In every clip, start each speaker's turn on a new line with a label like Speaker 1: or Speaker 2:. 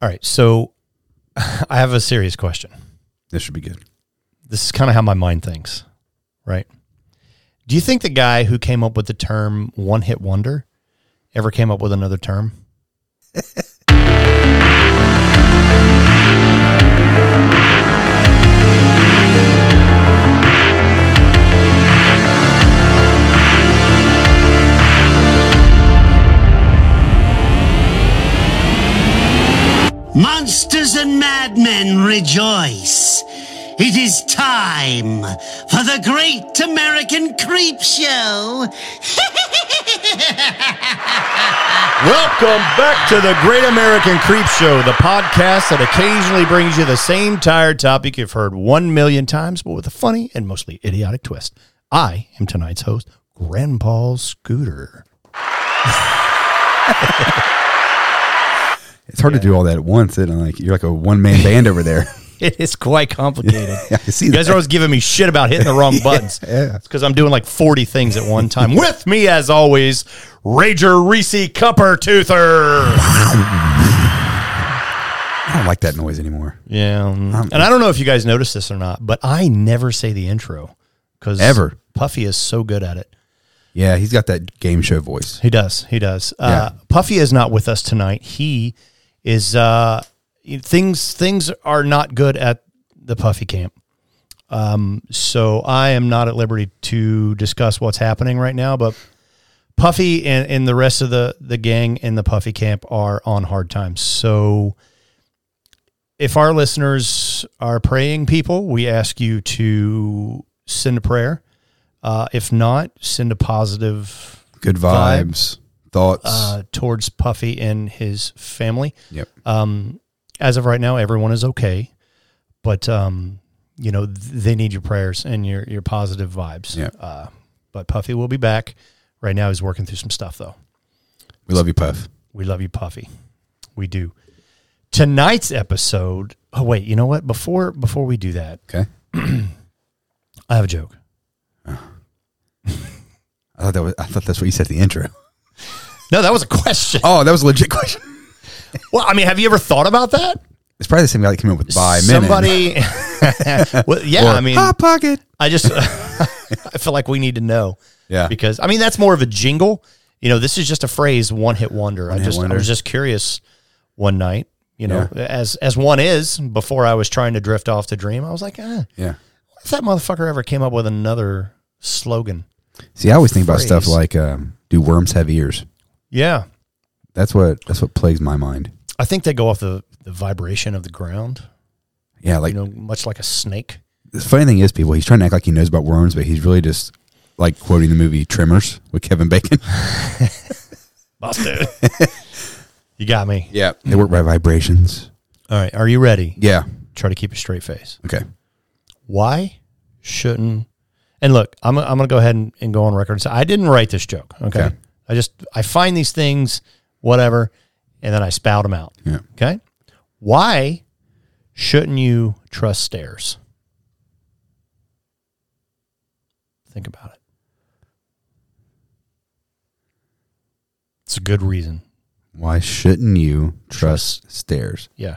Speaker 1: All right. So I have a serious question.
Speaker 2: This should be good.
Speaker 1: This is kind of how my mind thinks, right? Do you think the guy who came up with the term one hit wonder ever came up with another term?
Speaker 3: Monsters and madmen rejoice. It is time for the Great American Creep Show.
Speaker 1: Welcome back to the Great American Creep Show, the podcast that occasionally brings you the same tired topic you've heard one million times, but with a funny and mostly idiotic twist. I am tonight's host, Grandpa Scooter.
Speaker 2: It's hard to do all that at once, and like you're like a one man band over there.
Speaker 1: It is quite complicated.
Speaker 2: I can see
Speaker 1: You guys
Speaker 2: that.
Speaker 1: are always giving me shit about hitting the wrong buttons.
Speaker 2: yeah.
Speaker 1: It's because I'm doing like 40 things at one time. With me, as always, Rager Reese Cupper Toother.
Speaker 2: I don't like that noise anymore.
Speaker 1: Yeah. um,
Speaker 2: Um,
Speaker 1: and I don't know if you guys noticed this or not, but I never say the intro because
Speaker 2: Ever.
Speaker 1: Puffy is so good at it.
Speaker 2: Yeah, he's got that game show voice.
Speaker 1: He does. He does. Uh, Puffy is not with us tonight. He is. Uh, things things are not good at the Puffy camp. Um, so I am not at liberty to discuss what's happening right now. But Puffy and, and the rest of the the gang in the Puffy camp are on hard times. So if our listeners are praying people, we ask you to send a prayer. Uh, if not, send a positive
Speaker 2: Good vibes, thoughts.
Speaker 1: uh, towards Puffy and his family.
Speaker 2: yep.
Speaker 1: Um, as of right now, everyone is okay, but um, you know th- they need your prayers and your your positive vibes.
Speaker 2: Yeah.
Speaker 1: Uh, but Puffy will be back. Right now, he's working through some stuff though.
Speaker 2: we love you, Puff.
Speaker 1: We love you, Puffy. We do. Tonight's episode. Oh wait, you know what? Before before we do that,
Speaker 2: Okay.
Speaker 1: I have a joke.
Speaker 2: I thought that was. I thought that's what you said at the intro.
Speaker 1: No, that was a question.
Speaker 2: Oh, that was a legit question.
Speaker 1: Well, I mean, have you ever thought about that?
Speaker 2: It's probably the same guy that came up with by
Speaker 1: Somebody. well, yeah, I mean,
Speaker 2: hot pocket.
Speaker 1: I just I feel like we need to know.
Speaker 2: Yeah.
Speaker 1: Because I mean that's more of a jingle. You know, this is just a phrase, one hit wonder. I
Speaker 2: One-hit
Speaker 1: just
Speaker 2: wonder.
Speaker 1: I was just curious one night, you know, as as one is before I was trying to drift off to dream, I was like, ah,
Speaker 2: Yeah.
Speaker 1: what if that motherfucker ever came up with another slogan?
Speaker 2: See, I always think about stuff
Speaker 1: Phrase.
Speaker 2: like, um, "Do worms have ears?"
Speaker 1: Yeah.
Speaker 2: That's what. That's what plagues my mind.
Speaker 1: I think they go off the, the vibration of the ground,
Speaker 2: Yeah, like
Speaker 1: you know, much like a snake.
Speaker 2: the funny thing is, people, he's trying to act like he knows about worms, but he's really just like quoting the movie Tremors with Kevin Bacon.
Speaker 1: Busted. you got me.
Speaker 2: Yeah. They work by vibrations.
Speaker 1: All right. Are you ready?
Speaker 2: Yeah.
Speaker 1: Try to keep a straight face.
Speaker 2: Okay.
Speaker 1: why shouldn't and look i'm, I'm going to go ahead and, and go on record and say i didn't write this joke okay?
Speaker 2: Okay.
Speaker 1: i just i find these things whatever and then i spout them out
Speaker 2: Yeah.
Speaker 1: okay why shouldn't you trust stairs think about it it's a good reason
Speaker 2: Why shouldn't you trust stairs?
Speaker 1: yeah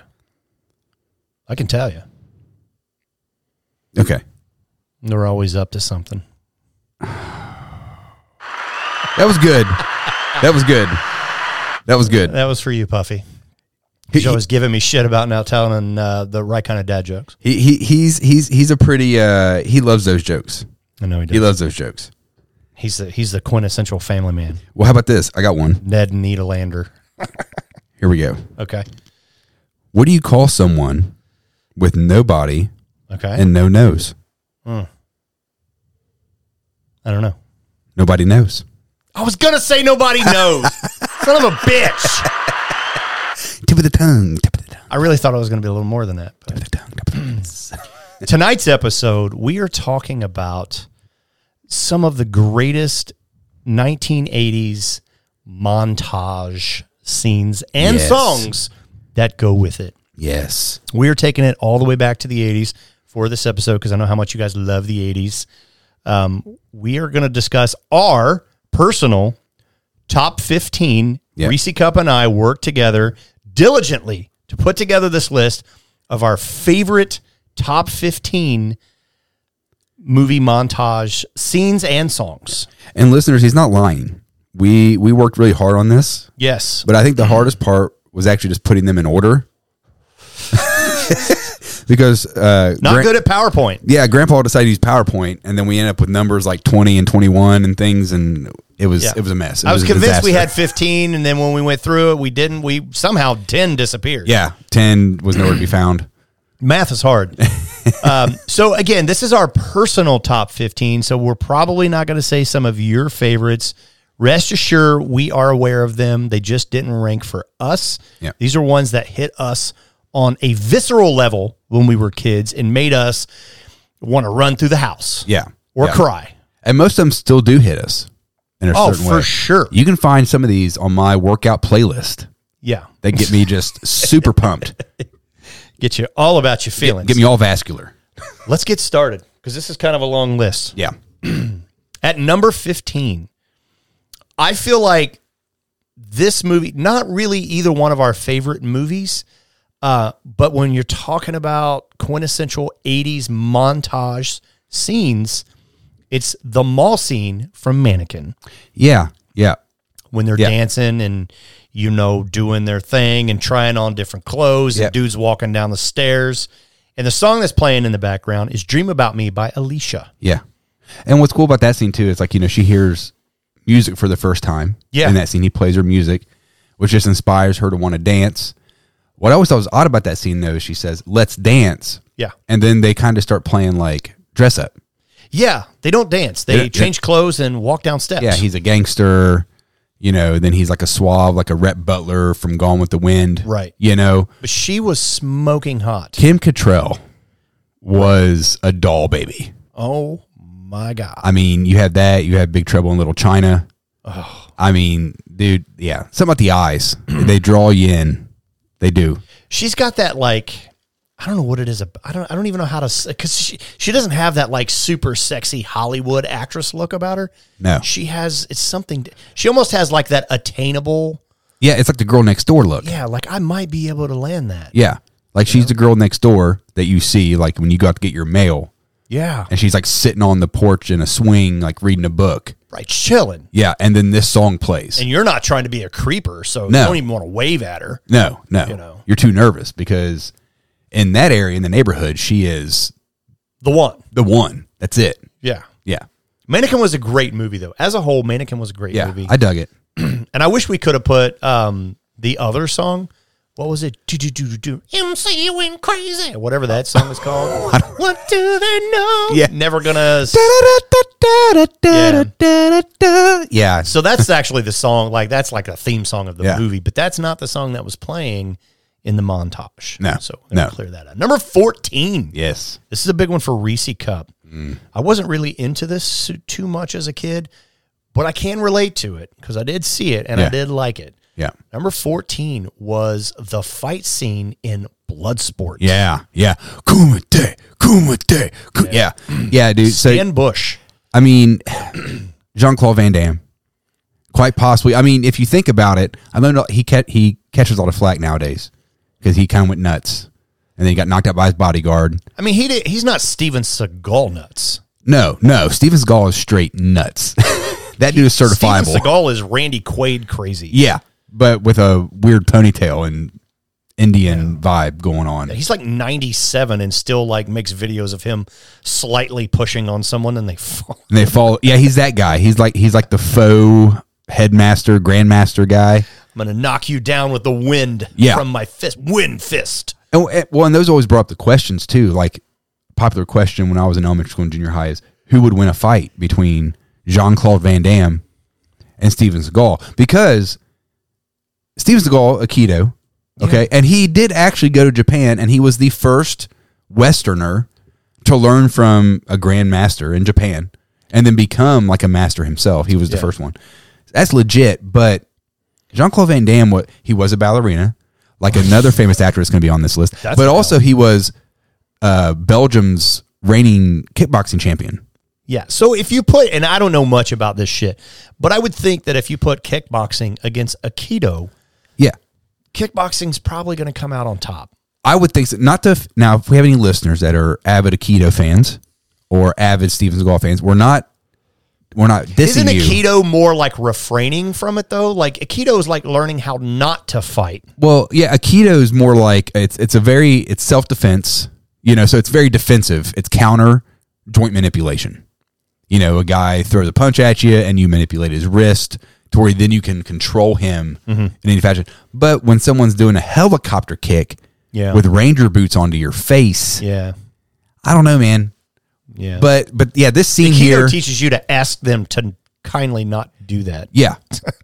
Speaker 1: i can tell you
Speaker 2: Okay.
Speaker 1: they're always up to something
Speaker 2: That was good. That was good. That was good.
Speaker 1: That was for you, Puffy.
Speaker 2: He-
Speaker 1: He's always giving me shit about now telling uh, the right kind of dad jokes.
Speaker 2: He, he he's he's he's a pretty uh he loves those jokes.
Speaker 1: I know he
Speaker 2: He
Speaker 1: does.
Speaker 2: loves those jokes.
Speaker 1: he's the he's the quintessential family man,
Speaker 2: Well, how about this? I got one.
Speaker 1: Ned Needlelander.
Speaker 2: Here we go.
Speaker 1: Okay,
Speaker 2: What do you call someone with no body
Speaker 1: okay.
Speaker 2: and no nose?
Speaker 1: I don't know.
Speaker 2: Nobody knows.
Speaker 1: I was gonna say nobody knows. Son of a bitch.
Speaker 2: Tip of the tongue, tip of the tongue,
Speaker 1: I really thought it was gonna be a little more than that. but-
Speaker 2: tip of the tongue, tip of the tongue.
Speaker 1: Tonight's episode, we are talking about some of the greatest 1980s montage scenes and
Speaker 2: Yes.
Speaker 1: songs that go with it.
Speaker 2: Yes.
Speaker 1: We are taking it all the way back to the 80s for this episode because I know how much you guys love the 80s. Um, we are going to discuss our personal top 15.
Speaker 2: Yeah.
Speaker 1: Reese Cup and I worked together diligently to put together this list of our favorite top 15 movie montage scenes and songs.
Speaker 2: And listeners, he's not lying. We we worked really hard on this,
Speaker 1: Yes.
Speaker 2: but I think the hardest part was actually just putting them in order. because uh,
Speaker 1: Not
Speaker 2: Gran-
Speaker 1: good at PowerPoint.
Speaker 2: yeah, Grandpa decided to use PowerPoint, and then we ended up with numbers like twenty and twenty one and things, and it was
Speaker 1: Yeah.
Speaker 2: it was a mess. It
Speaker 1: I was,
Speaker 2: a
Speaker 1: convinced we
Speaker 2: disaster.
Speaker 1: had 15, and then when we went through it, we didn't. We somehow 10 disappeared.
Speaker 2: yeah ten was nowhere to be found.
Speaker 1: Math is hard. um, so, again, this is our personal top 15. So, we're probably not going to say some of your favorites. Rest assured, we are aware of them. They just didn't rank for us.
Speaker 2: Yeah.
Speaker 1: These are ones that hit us on a visceral level when we were kids and made us want to run through the house
Speaker 2: Yeah,
Speaker 1: or
Speaker 2: yeah.
Speaker 1: cry.
Speaker 2: and most of them still do hit us in a
Speaker 1: Oh,
Speaker 2: certain
Speaker 1: for
Speaker 2: way.
Speaker 1: sure.
Speaker 2: You can find some of these on my workout playlist
Speaker 1: Yeah.
Speaker 2: that get me just super pumped,
Speaker 1: Get you all about your feelings.
Speaker 2: get me all vascular.
Speaker 1: Let's get started because this is kind of a long list.
Speaker 2: Yeah,
Speaker 1: At number 15, I feel like this movie, not really either one of our favorite movies, uh, but when you're talking about quintessential 80s montage scenes, it's the mall scene from Mannequin
Speaker 2: yeah, yeah,
Speaker 1: when they're
Speaker 2: Yeah.
Speaker 1: dancing and, you know, doing their thing and trying on different clothes
Speaker 2: Yeah.
Speaker 1: and dudes walking down the stairs. And the song that's playing in the background is Dream About Me by Alicia.
Speaker 2: yeah. And what's cool about that scene too is like you know she hears music for the first time.
Speaker 1: Yeah.
Speaker 2: in that scene he plays her music, which just inspires her to want to dance. What I always thought was odd about that scene though is she says, "Let's dance,"
Speaker 1: Yeah.
Speaker 2: and then they kind of start playing like dress up.
Speaker 1: Yeah, they don't dance. They
Speaker 2: Yeah,
Speaker 1: change clothes and walk down steps.
Speaker 2: Yeah, he's a gangster, you know. Then he's like a suave, like a Rhett Butler from Gone with the Wind,
Speaker 1: Right.
Speaker 2: You know,
Speaker 1: but she was smoking hot.
Speaker 2: Kim Cattrall was a doll baby.
Speaker 1: Oh my god.
Speaker 2: I mean, you had that. You had Big Trouble in Little China. I mean, dude, yeah. Something about the eyes. they draw you in. They do.
Speaker 1: She's got that like I don't know what it is. ab- I don't I don't even know how to cuz she she doesn't have that like super sexy Hollywood actress look about her.
Speaker 2: No.
Speaker 1: She has it's something she almost has like that attainable.
Speaker 2: Yeah, it's like the girl next door look. Yeah.
Speaker 1: Yeah, like I might be able to land that.
Speaker 2: Like she's the girl next door that you see, like when you go out to get your mail,
Speaker 1: Yeah.
Speaker 2: and she's like sitting on the porch in a swing, like reading a book.
Speaker 1: Right, chilling.
Speaker 2: Yeah, and then this song plays.
Speaker 1: And you're not trying to be a creeper, so
Speaker 2: No.
Speaker 1: you don't even want to wave at her.
Speaker 2: No, no. You
Speaker 1: know.
Speaker 2: are too nervous because in that area in the neighborhood, she is
Speaker 1: The one.
Speaker 2: the one. That's it.
Speaker 1: Yeah.
Speaker 2: Yeah.
Speaker 1: Mannequin was a great movie though. As a whole, Mannequin was a great
Speaker 2: Yeah.
Speaker 1: movie.
Speaker 2: I dug it.
Speaker 1: And I wish we could have put um, the other song. What was it? Do do do do do. MC went crazy. Whatever that song is called. what do they know?
Speaker 2: Yeah.
Speaker 1: Never gonna. s-
Speaker 2: Yeah.
Speaker 1: So that's actually the song. Like that's like a theme song of the
Speaker 2: Yeah.
Speaker 1: movie, but that's not the song that was playing in the montage.
Speaker 2: No.
Speaker 1: So we're gonna
Speaker 2: No.
Speaker 1: clear that up. Number fourteen.
Speaker 2: Yes.
Speaker 1: This is a big one for Reese Cup.
Speaker 2: Mm.
Speaker 1: I wasn't really into this too much as a kid, but I can relate to it because I did see it and I
Speaker 2: Yeah.
Speaker 1: did like it.
Speaker 2: Yeah.
Speaker 1: Number 14 was the fight scene in Bloodsport.
Speaker 2: Yeah. Yeah. Kumite. Kumite. Ku- Yeah. Yeah, dude. So,
Speaker 1: Dan Bush.
Speaker 2: I mean, Jean Claude Van Damme. Quite possibly. I mean, if you think about it, I know he ca- he catches a lot of flack nowadays because he kind of went nuts, and then he got knocked out by his bodyguard.
Speaker 1: I mean, he did, he's not Steven Seagal nuts.
Speaker 2: No, no. Steven Seagal is straight nuts. that dude is certifiable.
Speaker 1: Steven Seagal is Randy Quaid crazy.
Speaker 2: Yeah, but with a weird ponytail and Indian vibe going on.
Speaker 1: He's like 97 and still like makes videos of him slightly pushing on someone and they fall.
Speaker 2: And they fall. Yeah, he's that guy. He's like he's like the faux headmaster, grandmaster guy.
Speaker 1: I'm going to knock you down with the wind
Speaker 2: Yeah.
Speaker 1: from my fist. Wind fist.
Speaker 2: And, and- well, and those always brought up the questions too. Like popular question when I was in elementary school and junior high is who would win a fight between Jean Claude Van Damme and Steven Seagal because Steven Seagal Aikido, okay, and he did actually go to Japan and he was the first Westerner to learn from a grandmaster in Japan and then become like a master himself. He was the first one. That's legit, but Jean Claude Van Damme, what he was a ballerina, like another famous actor that's going to be on this list.
Speaker 1: That's
Speaker 2: but
Speaker 1: wild.
Speaker 2: also, he was uh, Belgium's reigning kickboxing champion.
Speaker 1: Yeah. So if you put, and I don't know much about this shit, but I would think that if you put kickboxing against Aikido,
Speaker 2: Yeah,
Speaker 1: kickboxing's probably going to come out on top.
Speaker 2: I would think so. Not to now. If we have any listeners that are avid Aikido fans or avid Stevens Golf fans, we're not. We're not
Speaker 1: Isn't
Speaker 2: dissing you.
Speaker 1: Aikido more like refraining from it though? Like Aikido is like learning how not to fight.
Speaker 2: Well, yeah, Aikido is more like it's it's a very it's self defense, you know, so it's very defensive. It's counter joint manipulation. You know, a guy throws a punch at you and you manipulate his wrist to where then you can control him
Speaker 1: Mm-hmm.
Speaker 2: in any fashion. But when someone's doing a helicopter kick
Speaker 1: Yeah.
Speaker 2: with ranger boots onto your face,
Speaker 1: Yeah.
Speaker 2: I don't know, man.
Speaker 1: Yeah.
Speaker 2: But but yeah, this scene
Speaker 1: Aikido
Speaker 2: here
Speaker 1: teaches you to ask them to kindly not do that.
Speaker 2: Yeah.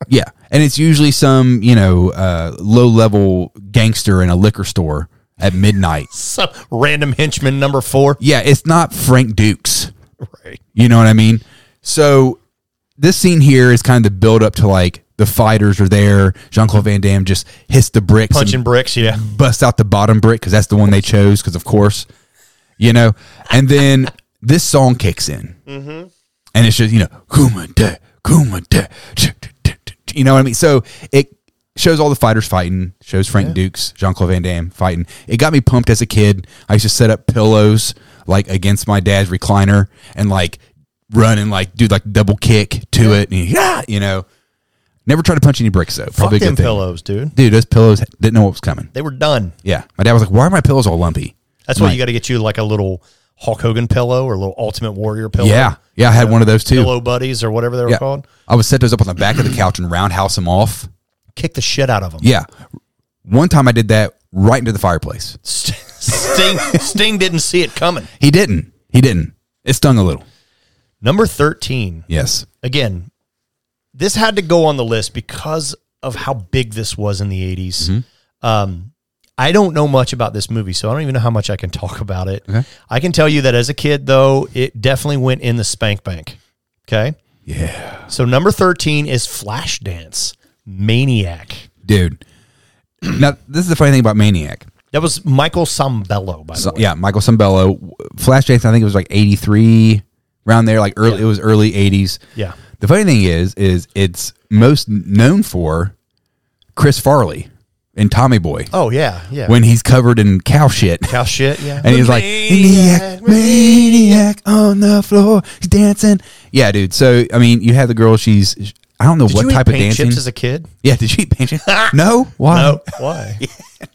Speaker 2: Yeah. And it's usually some, you know, uh, low level gangster in a liquor store at midnight.
Speaker 1: So random henchman number four.
Speaker 2: Yeah, it's not Frank Dukes.
Speaker 1: Right.
Speaker 2: You know what I mean? So this scene here is kind of the build up to like the fighters are there. Jean Claude Van Damme just hits the bricks,
Speaker 1: Punching
Speaker 2: and
Speaker 1: bricks, yeah.
Speaker 2: busts out the bottom brick because that's the one they chose. Because of course, you know. And then this song kicks in, and it's just you know, kuma de, kuma de, ch- ch- ch- ch- you know what I mean. So it shows all the fighters fighting, shows Frank Dukes, Jean Claude Van Damme fighting. It got me pumped as a kid. I used to set up pillows like against my dad's recliner and like run and like do like double kick to it, and yeah, you know. Never tried to punch any bricks though. Probably
Speaker 1: Fuck
Speaker 2: a good
Speaker 1: them
Speaker 2: thing.
Speaker 1: pillows, dude.
Speaker 2: Dude, those pillows didn't know what was coming.
Speaker 1: They were done.
Speaker 2: Yeah. My dad was like, why are my pillows all lumpy?
Speaker 1: That's why
Speaker 2: Right.
Speaker 1: you got to get you like a little Hulk Hogan pillow or a little Ultimate Warrior pillow.
Speaker 2: Yeah. Yeah. I had one of those too.
Speaker 1: Pillow buddies or whatever they were
Speaker 2: yeah.
Speaker 1: called.
Speaker 2: I would set those up on the back of the couch and roundhouse them off.
Speaker 1: Kick the shit out of them.
Speaker 2: Yeah. One time I did that right into the fireplace.
Speaker 1: Sting, Sting didn't see it coming.
Speaker 2: He didn't. He didn't. It stung a little.
Speaker 1: Number 13.
Speaker 2: Yes.
Speaker 1: Again, this had to go on the list because of how big this was in the 80s.
Speaker 2: Mm-hmm.
Speaker 1: Um, I don't know much about this movie, so I don't even know how much I can talk about it. I can tell you that as a kid, though, it definitely went in the spank bank. Okay.
Speaker 2: Yeah.
Speaker 1: So number 13 is Flashdance Maniac.
Speaker 2: Dude. Now, this is the funny thing about Maniac.
Speaker 1: That was Michael Sambello, by the
Speaker 2: So,
Speaker 1: way.
Speaker 2: yeah. Michael Sambello, Flashdance, I think it was like 83, around there, like early, it was early 80s.
Speaker 1: Yeah.
Speaker 2: The funny thing is, is it's most known for Chris Farley and Tommy Boy.
Speaker 1: Oh, yeah. Yeah.
Speaker 2: when he's covered in cow shit.
Speaker 1: Cow shit. Yeah.
Speaker 2: And he's like, maniac, maniac on the floor. He's dancing. Yeah, dude. So, I mean, you have the girl, she's, I don't know
Speaker 1: Did
Speaker 2: what
Speaker 1: you eat
Speaker 2: type of
Speaker 1: paint
Speaker 2: dancing. Uh,
Speaker 1: chips as a kid?
Speaker 2: yeah, did you eat paint chips? no? Why?
Speaker 1: No. Why?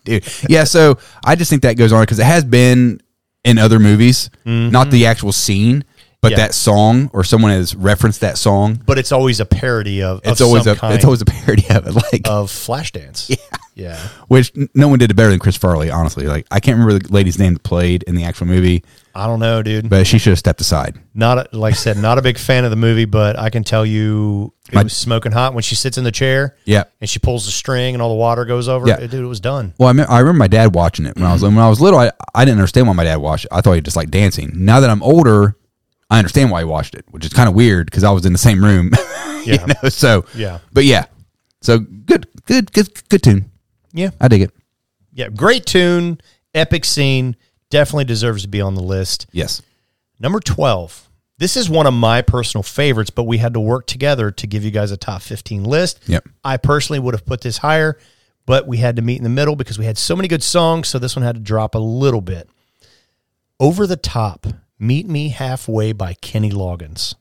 Speaker 2: Dude. Yeah, so I just think that goes on because it has been in other movies, not the actual scene, but
Speaker 1: Mm-hmm. Yeah.
Speaker 2: that song or someone has referenced that song.
Speaker 1: But it's always a parody of,
Speaker 2: It's
Speaker 1: of
Speaker 2: always
Speaker 1: some
Speaker 2: a
Speaker 1: kind
Speaker 2: it's always a parody of it, like
Speaker 1: of Flashdance. Yeah. Yeah.
Speaker 2: which n- no one did it better than Chris Farley. Honestly, like I can't remember the lady's name that played in the actual movie,
Speaker 1: I don't know, dude.
Speaker 2: but she should have stepped aside.
Speaker 1: not a, like I said, not a big fan of the movie, but I can tell you it
Speaker 2: My-
Speaker 1: was smoking hot when she sits in the chair.
Speaker 2: Yeah.
Speaker 1: And she pulls the string and all the water goes over.
Speaker 2: Yeah.
Speaker 1: Dude, it was done.
Speaker 2: Well, I, me- I remember my dad watching it when I was
Speaker 1: Mm-hmm.
Speaker 2: when I was little. I, I didn't understand why my dad watched it. I thought he just liked dancing. Now that I'm older, I understand why he watched it, which is kind of weird because I was in the same room. you
Speaker 1: Yeah.
Speaker 2: know, so
Speaker 1: Yeah.
Speaker 2: but yeah, so good, good, good, good tune.
Speaker 1: Yeah.
Speaker 2: I dig it.
Speaker 1: Yeah. Great tune, epic scene. Definitely deserves to be on the list.
Speaker 2: Yes,
Speaker 1: Number 12. This is one of my personal favorites, but we had to work together to give you guys a top 15 list.
Speaker 2: Yep.
Speaker 1: I personally would have put this higher, but we had to meet in the middle because we had so many good songs. So this one had to drop a little bit. Over the Top, Meet Me Halfway by Kenny Loggins.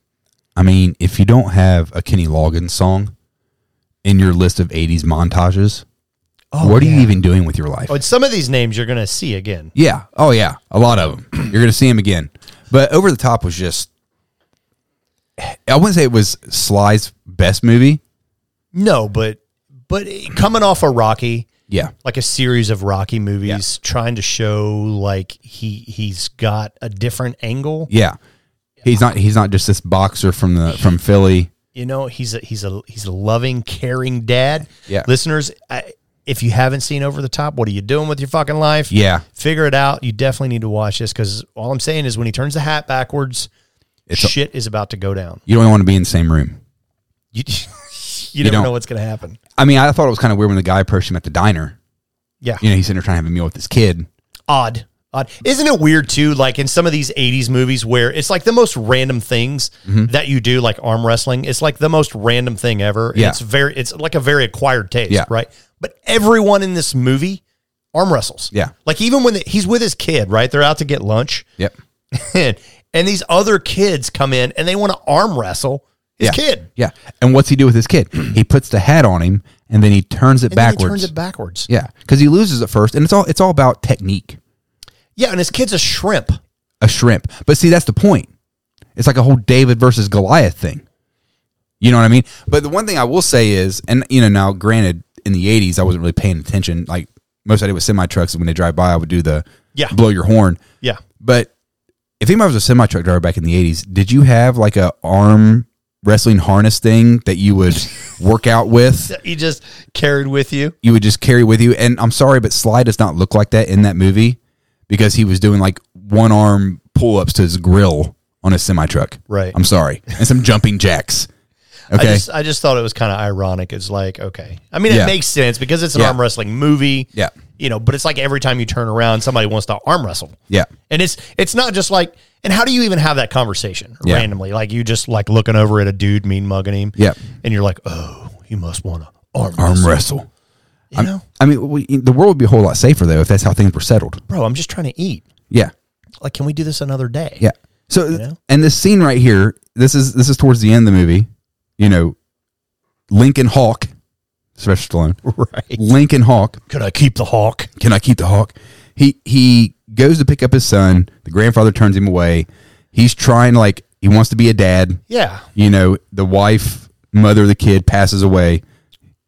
Speaker 2: I mean if you don't have a Kenny Loggins song in your list of '80s montages, what are you even doing with your life?
Speaker 1: Oh, and some of these names you're going to see again.
Speaker 2: Yeah. Oh yeah. A lot of them. You're gonna see him again. But over the top was just. I wouldn't say it was Sly's best movie.
Speaker 1: No, but but coming off a Rocky,
Speaker 2: Yeah.
Speaker 1: like a series of Rocky movies, trying to show like he he's got a different angle.
Speaker 2: Yeah. He's not. He's not just this boxer from the from Philly.
Speaker 1: you know he's a he's a he's a loving caring dad
Speaker 2: Yeah.
Speaker 1: listeners I, if you haven't seen over the top what are you doing with your fucking life
Speaker 2: Yeah.
Speaker 1: figure it out you definitely need to watch this because all i'm saying is when he turns the hat backwards
Speaker 2: It's a-
Speaker 1: shit is about to go down
Speaker 2: You don't want to be in the same room.
Speaker 1: you, you, never
Speaker 2: don't.
Speaker 1: know what's going to happen
Speaker 2: I mean, I thought it was kind of weird when the guy approached him at the diner.
Speaker 1: yeah
Speaker 2: You know, he's sitting there trying to have a meal with his kid.
Speaker 1: odd odd isn't it weird too like in some of these 80s movies where it's like the most random things
Speaker 2: Mm-hmm.
Speaker 1: that you do like arm wrestling it's like the most random thing ever and
Speaker 2: Yeah.
Speaker 1: it's very it's like a very acquired taste
Speaker 2: Yeah.
Speaker 1: right But everyone in this movie arm wrestles.
Speaker 2: Yeah.
Speaker 1: Like even when the, he's with his kid, right? They're out to get lunch.
Speaker 2: Yep.
Speaker 1: and, and these other kids come in and they want to arm wrestle his
Speaker 2: yeah.
Speaker 1: kid.
Speaker 2: Yeah. And what's he do with his kid? he puts the hat on him and then he turns it
Speaker 1: And then he
Speaker 2: backwards.
Speaker 1: turns it backwards.
Speaker 2: yeah. Because he loses at first. And it's all it's all about technique.
Speaker 1: Yeah, and his kid's a shrimp.
Speaker 2: A shrimp. But see, that's the point. It's like a whole David versus Goliath thing. You know what I mean? But the one thing I will say is, and you know, now granted, in the eighties I wasn't really paying attention. Like most I did with semi trucks when they drive by, I would do the
Speaker 1: Yeah.
Speaker 2: blow your horn.
Speaker 1: Yeah.
Speaker 2: But if anybody was a semi truck driver back in the eighties, did you have like a arm wrestling harness thing that you would work out with?
Speaker 1: He just carried with you.
Speaker 2: You would just carry with you. And I'm sorry, but Sly does not look like that in that movie because he was doing like one arm pull ups to his grill on his semi truck.
Speaker 1: Right.
Speaker 2: I'm sorry, and some jumping jacks. Okay.
Speaker 1: I just I just thought it was kind of ironic. It's like, okay. I mean,
Speaker 2: Yeah.
Speaker 1: it makes sense because it's an
Speaker 2: Yeah.
Speaker 1: arm wrestling movie.
Speaker 2: Yeah.
Speaker 1: You know, but it's like every time you turn around, somebody wants to arm wrestle.
Speaker 2: yeah.
Speaker 1: And it's it's not just like and how do you even have that conversation
Speaker 2: Yeah.
Speaker 1: randomly? Like you just like looking over at a dude mean mugging him.
Speaker 2: Yeah.
Speaker 1: And you're like, oh, he must want to arm wrestle.
Speaker 2: Arm wrestle.
Speaker 1: You know?
Speaker 2: I mean, we, the world would be a whole lot safer though if that's how things were settled.
Speaker 1: Bro, I'm just trying to eat.
Speaker 2: Yeah.
Speaker 1: Like, can we do this another day?
Speaker 2: Yeah. So
Speaker 1: know?
Speaker 2: and this scene right here, this is this is towards the end of the movie. You know, Lincoln Hawk, Sylvester Stallone.
Speaker 1: Right.
Speaker 2: Lincoln Hawk.
Speaker 1: Could I keep the hawk?
Speaker 2: Can I keep the hawk? He he goes to pick up his son. The grandfather turns him away. He's trying like he wants to be a dad.
Speaker 1: Yeah.
Speaker 2: You know, the wife, mother of the kid passes away.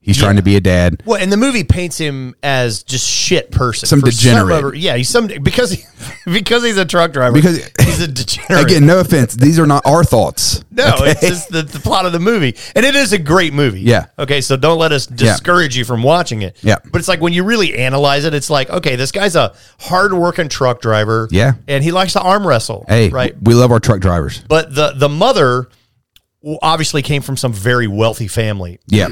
Speaker 2: He's trying to be a dad.
Speaker 1: Well, and the movie paints him as just shit person,
Speaker 2: Some
Speaker 1: For
Speaker 2: degenerate.
Speaker 1: other- yeah, he's some because he, because he's a truck driver.
Speaker 2: Because-
Speaker 1: he's a degenerate.
Speaker 2: Again, no offense. These are not our thoughts.
Speaker 1: no,
Speaker 2: okay?
Speaker 1: it's just the, the plot of the movie, and it is a great movie.
Speaker 2: Yeah.
Speaker 1: Okay, so don't let us discourage you from watching it.
Speaker 2: Yeah.
Speaker 1: But it's like when you really analyze it, it's like okay, this guy's a hardworking truck driver.
Speaker 2: Yeah.
Speaker 1: And he likes to arm wrestle.
Speaker 2: hey,
Speaker 1: Right.
Speaker 2: We love our truck drivers.
Speaker 1: But the the mother obviously came from some very wealthy family.
Speaker 2: Yeah.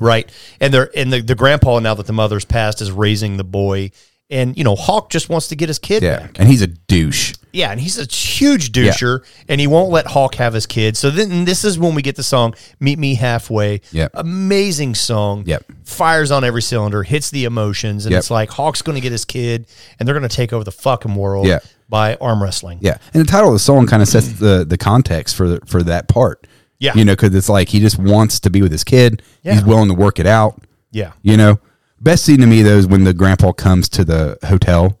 Speaker 1: right? And they're and the, the grandpa now that the mother's passed is raising the boy, and you know Hawk just wants to get his kid
Speaker 2: Yeah.
Speaker 1: back.
Speaker 2: And he's a douche.
Speaker 1: Yeah, and he's a huge doucher, and he won't let Hawk have his kid. So then this is when we get the song "Meet Me Halfway."
Speaker 2: Yep.
Speaker 1: amazing song.
Speaker 2: Yep.
Speaker 1: fires on every cylinder, hits the emotions, and
Speaker 2: Yep.
Speaker 1: it's like Hawk's going to get his kid, and they're going to take over the fucking world.
Speaker 2: Yeah.
Speaker 1: by arm wrestling.
Speaker 2: Yeah, and the title of the song kind of sets the the context for the, for that part.
Speaker 1: Yeah.
Speaker 2: you know, because it's like he just wants to be with his kid.
Speaker 1: Yeah.
Speaker 2: He's willing to work it out.
Speaker 1: yeah,
Speaker 2: You know, best scene to me though is when the grandpa comes to the hotel,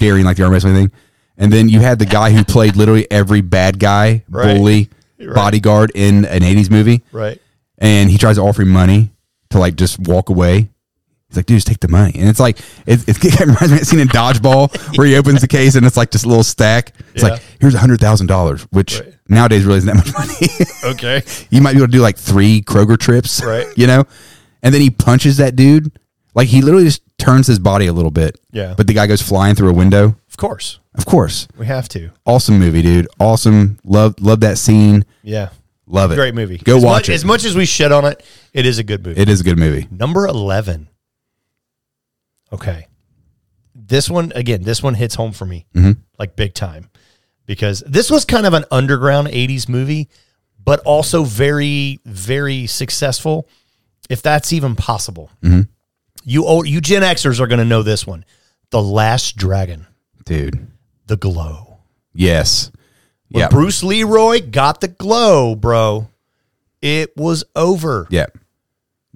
Speaker 2: daring like the arm wrestling thing, and then you had the guy who played literally every bad guy,
Speaker 1: Right.
Speaker 2: bully, bodyguard in an '80s movie,
Speaker 1: right.
Speaker 2: and he tries to offer him money to like just walk away. He's like, dude, just take the money. And it's like, it, it, it reminds me of that scene in Dodgeball where he opens the case and it's like this little stack. It's
Speaker 1: Yeah.
Speaker 2: like, here's $100,000, which
Speaker 1: Right.
Speaker 2: nowadays really isn't that much money.
Speaker 1: Okay.
Speaker 2: you might be able to do like three Kroger trips,
Speaker 1: Right.
Speaker 2: you know? And then he punches that dude. Like he literally just turns his body a little bit.
Speaker 1: Yeah.
Speaker 2: But the guy goes flying through a window.
Speaker 1: Of course,
Speaker 2: Of course.
Speaker 1: we have to.
Speaker 2: Awesome movie, dude. Awesome. Love love that scene.
Speaker 1: Yeah.
Speaker 2: Love it.
Speaker 1: Great movie.
Speaker 2: Go
Speaker 1: As
Speaker 2: watch
Speaker 1: much,
Speaker 2: it.
Speaker 1: As much as we shit on it, it is a good movie.
Speaker 2: it is a good movie.
Speaker 1: Number 11. Okay. This one, again, this one hits home for me like big time because this was kind of an underground 80s movie, but also very, very successful, if that's even possible. You, old, you Gen Xers are going to know this one The Last Dragon,
Speaker 2: Dude.
Speaker 1: The Glow.
Speaker 2: Yes.
Speaker 1: When
Speaker 2: Yeah.
Speaker 1: Bruce Leroy got the glow, bro, it was over.
Speaker 2: Yeah.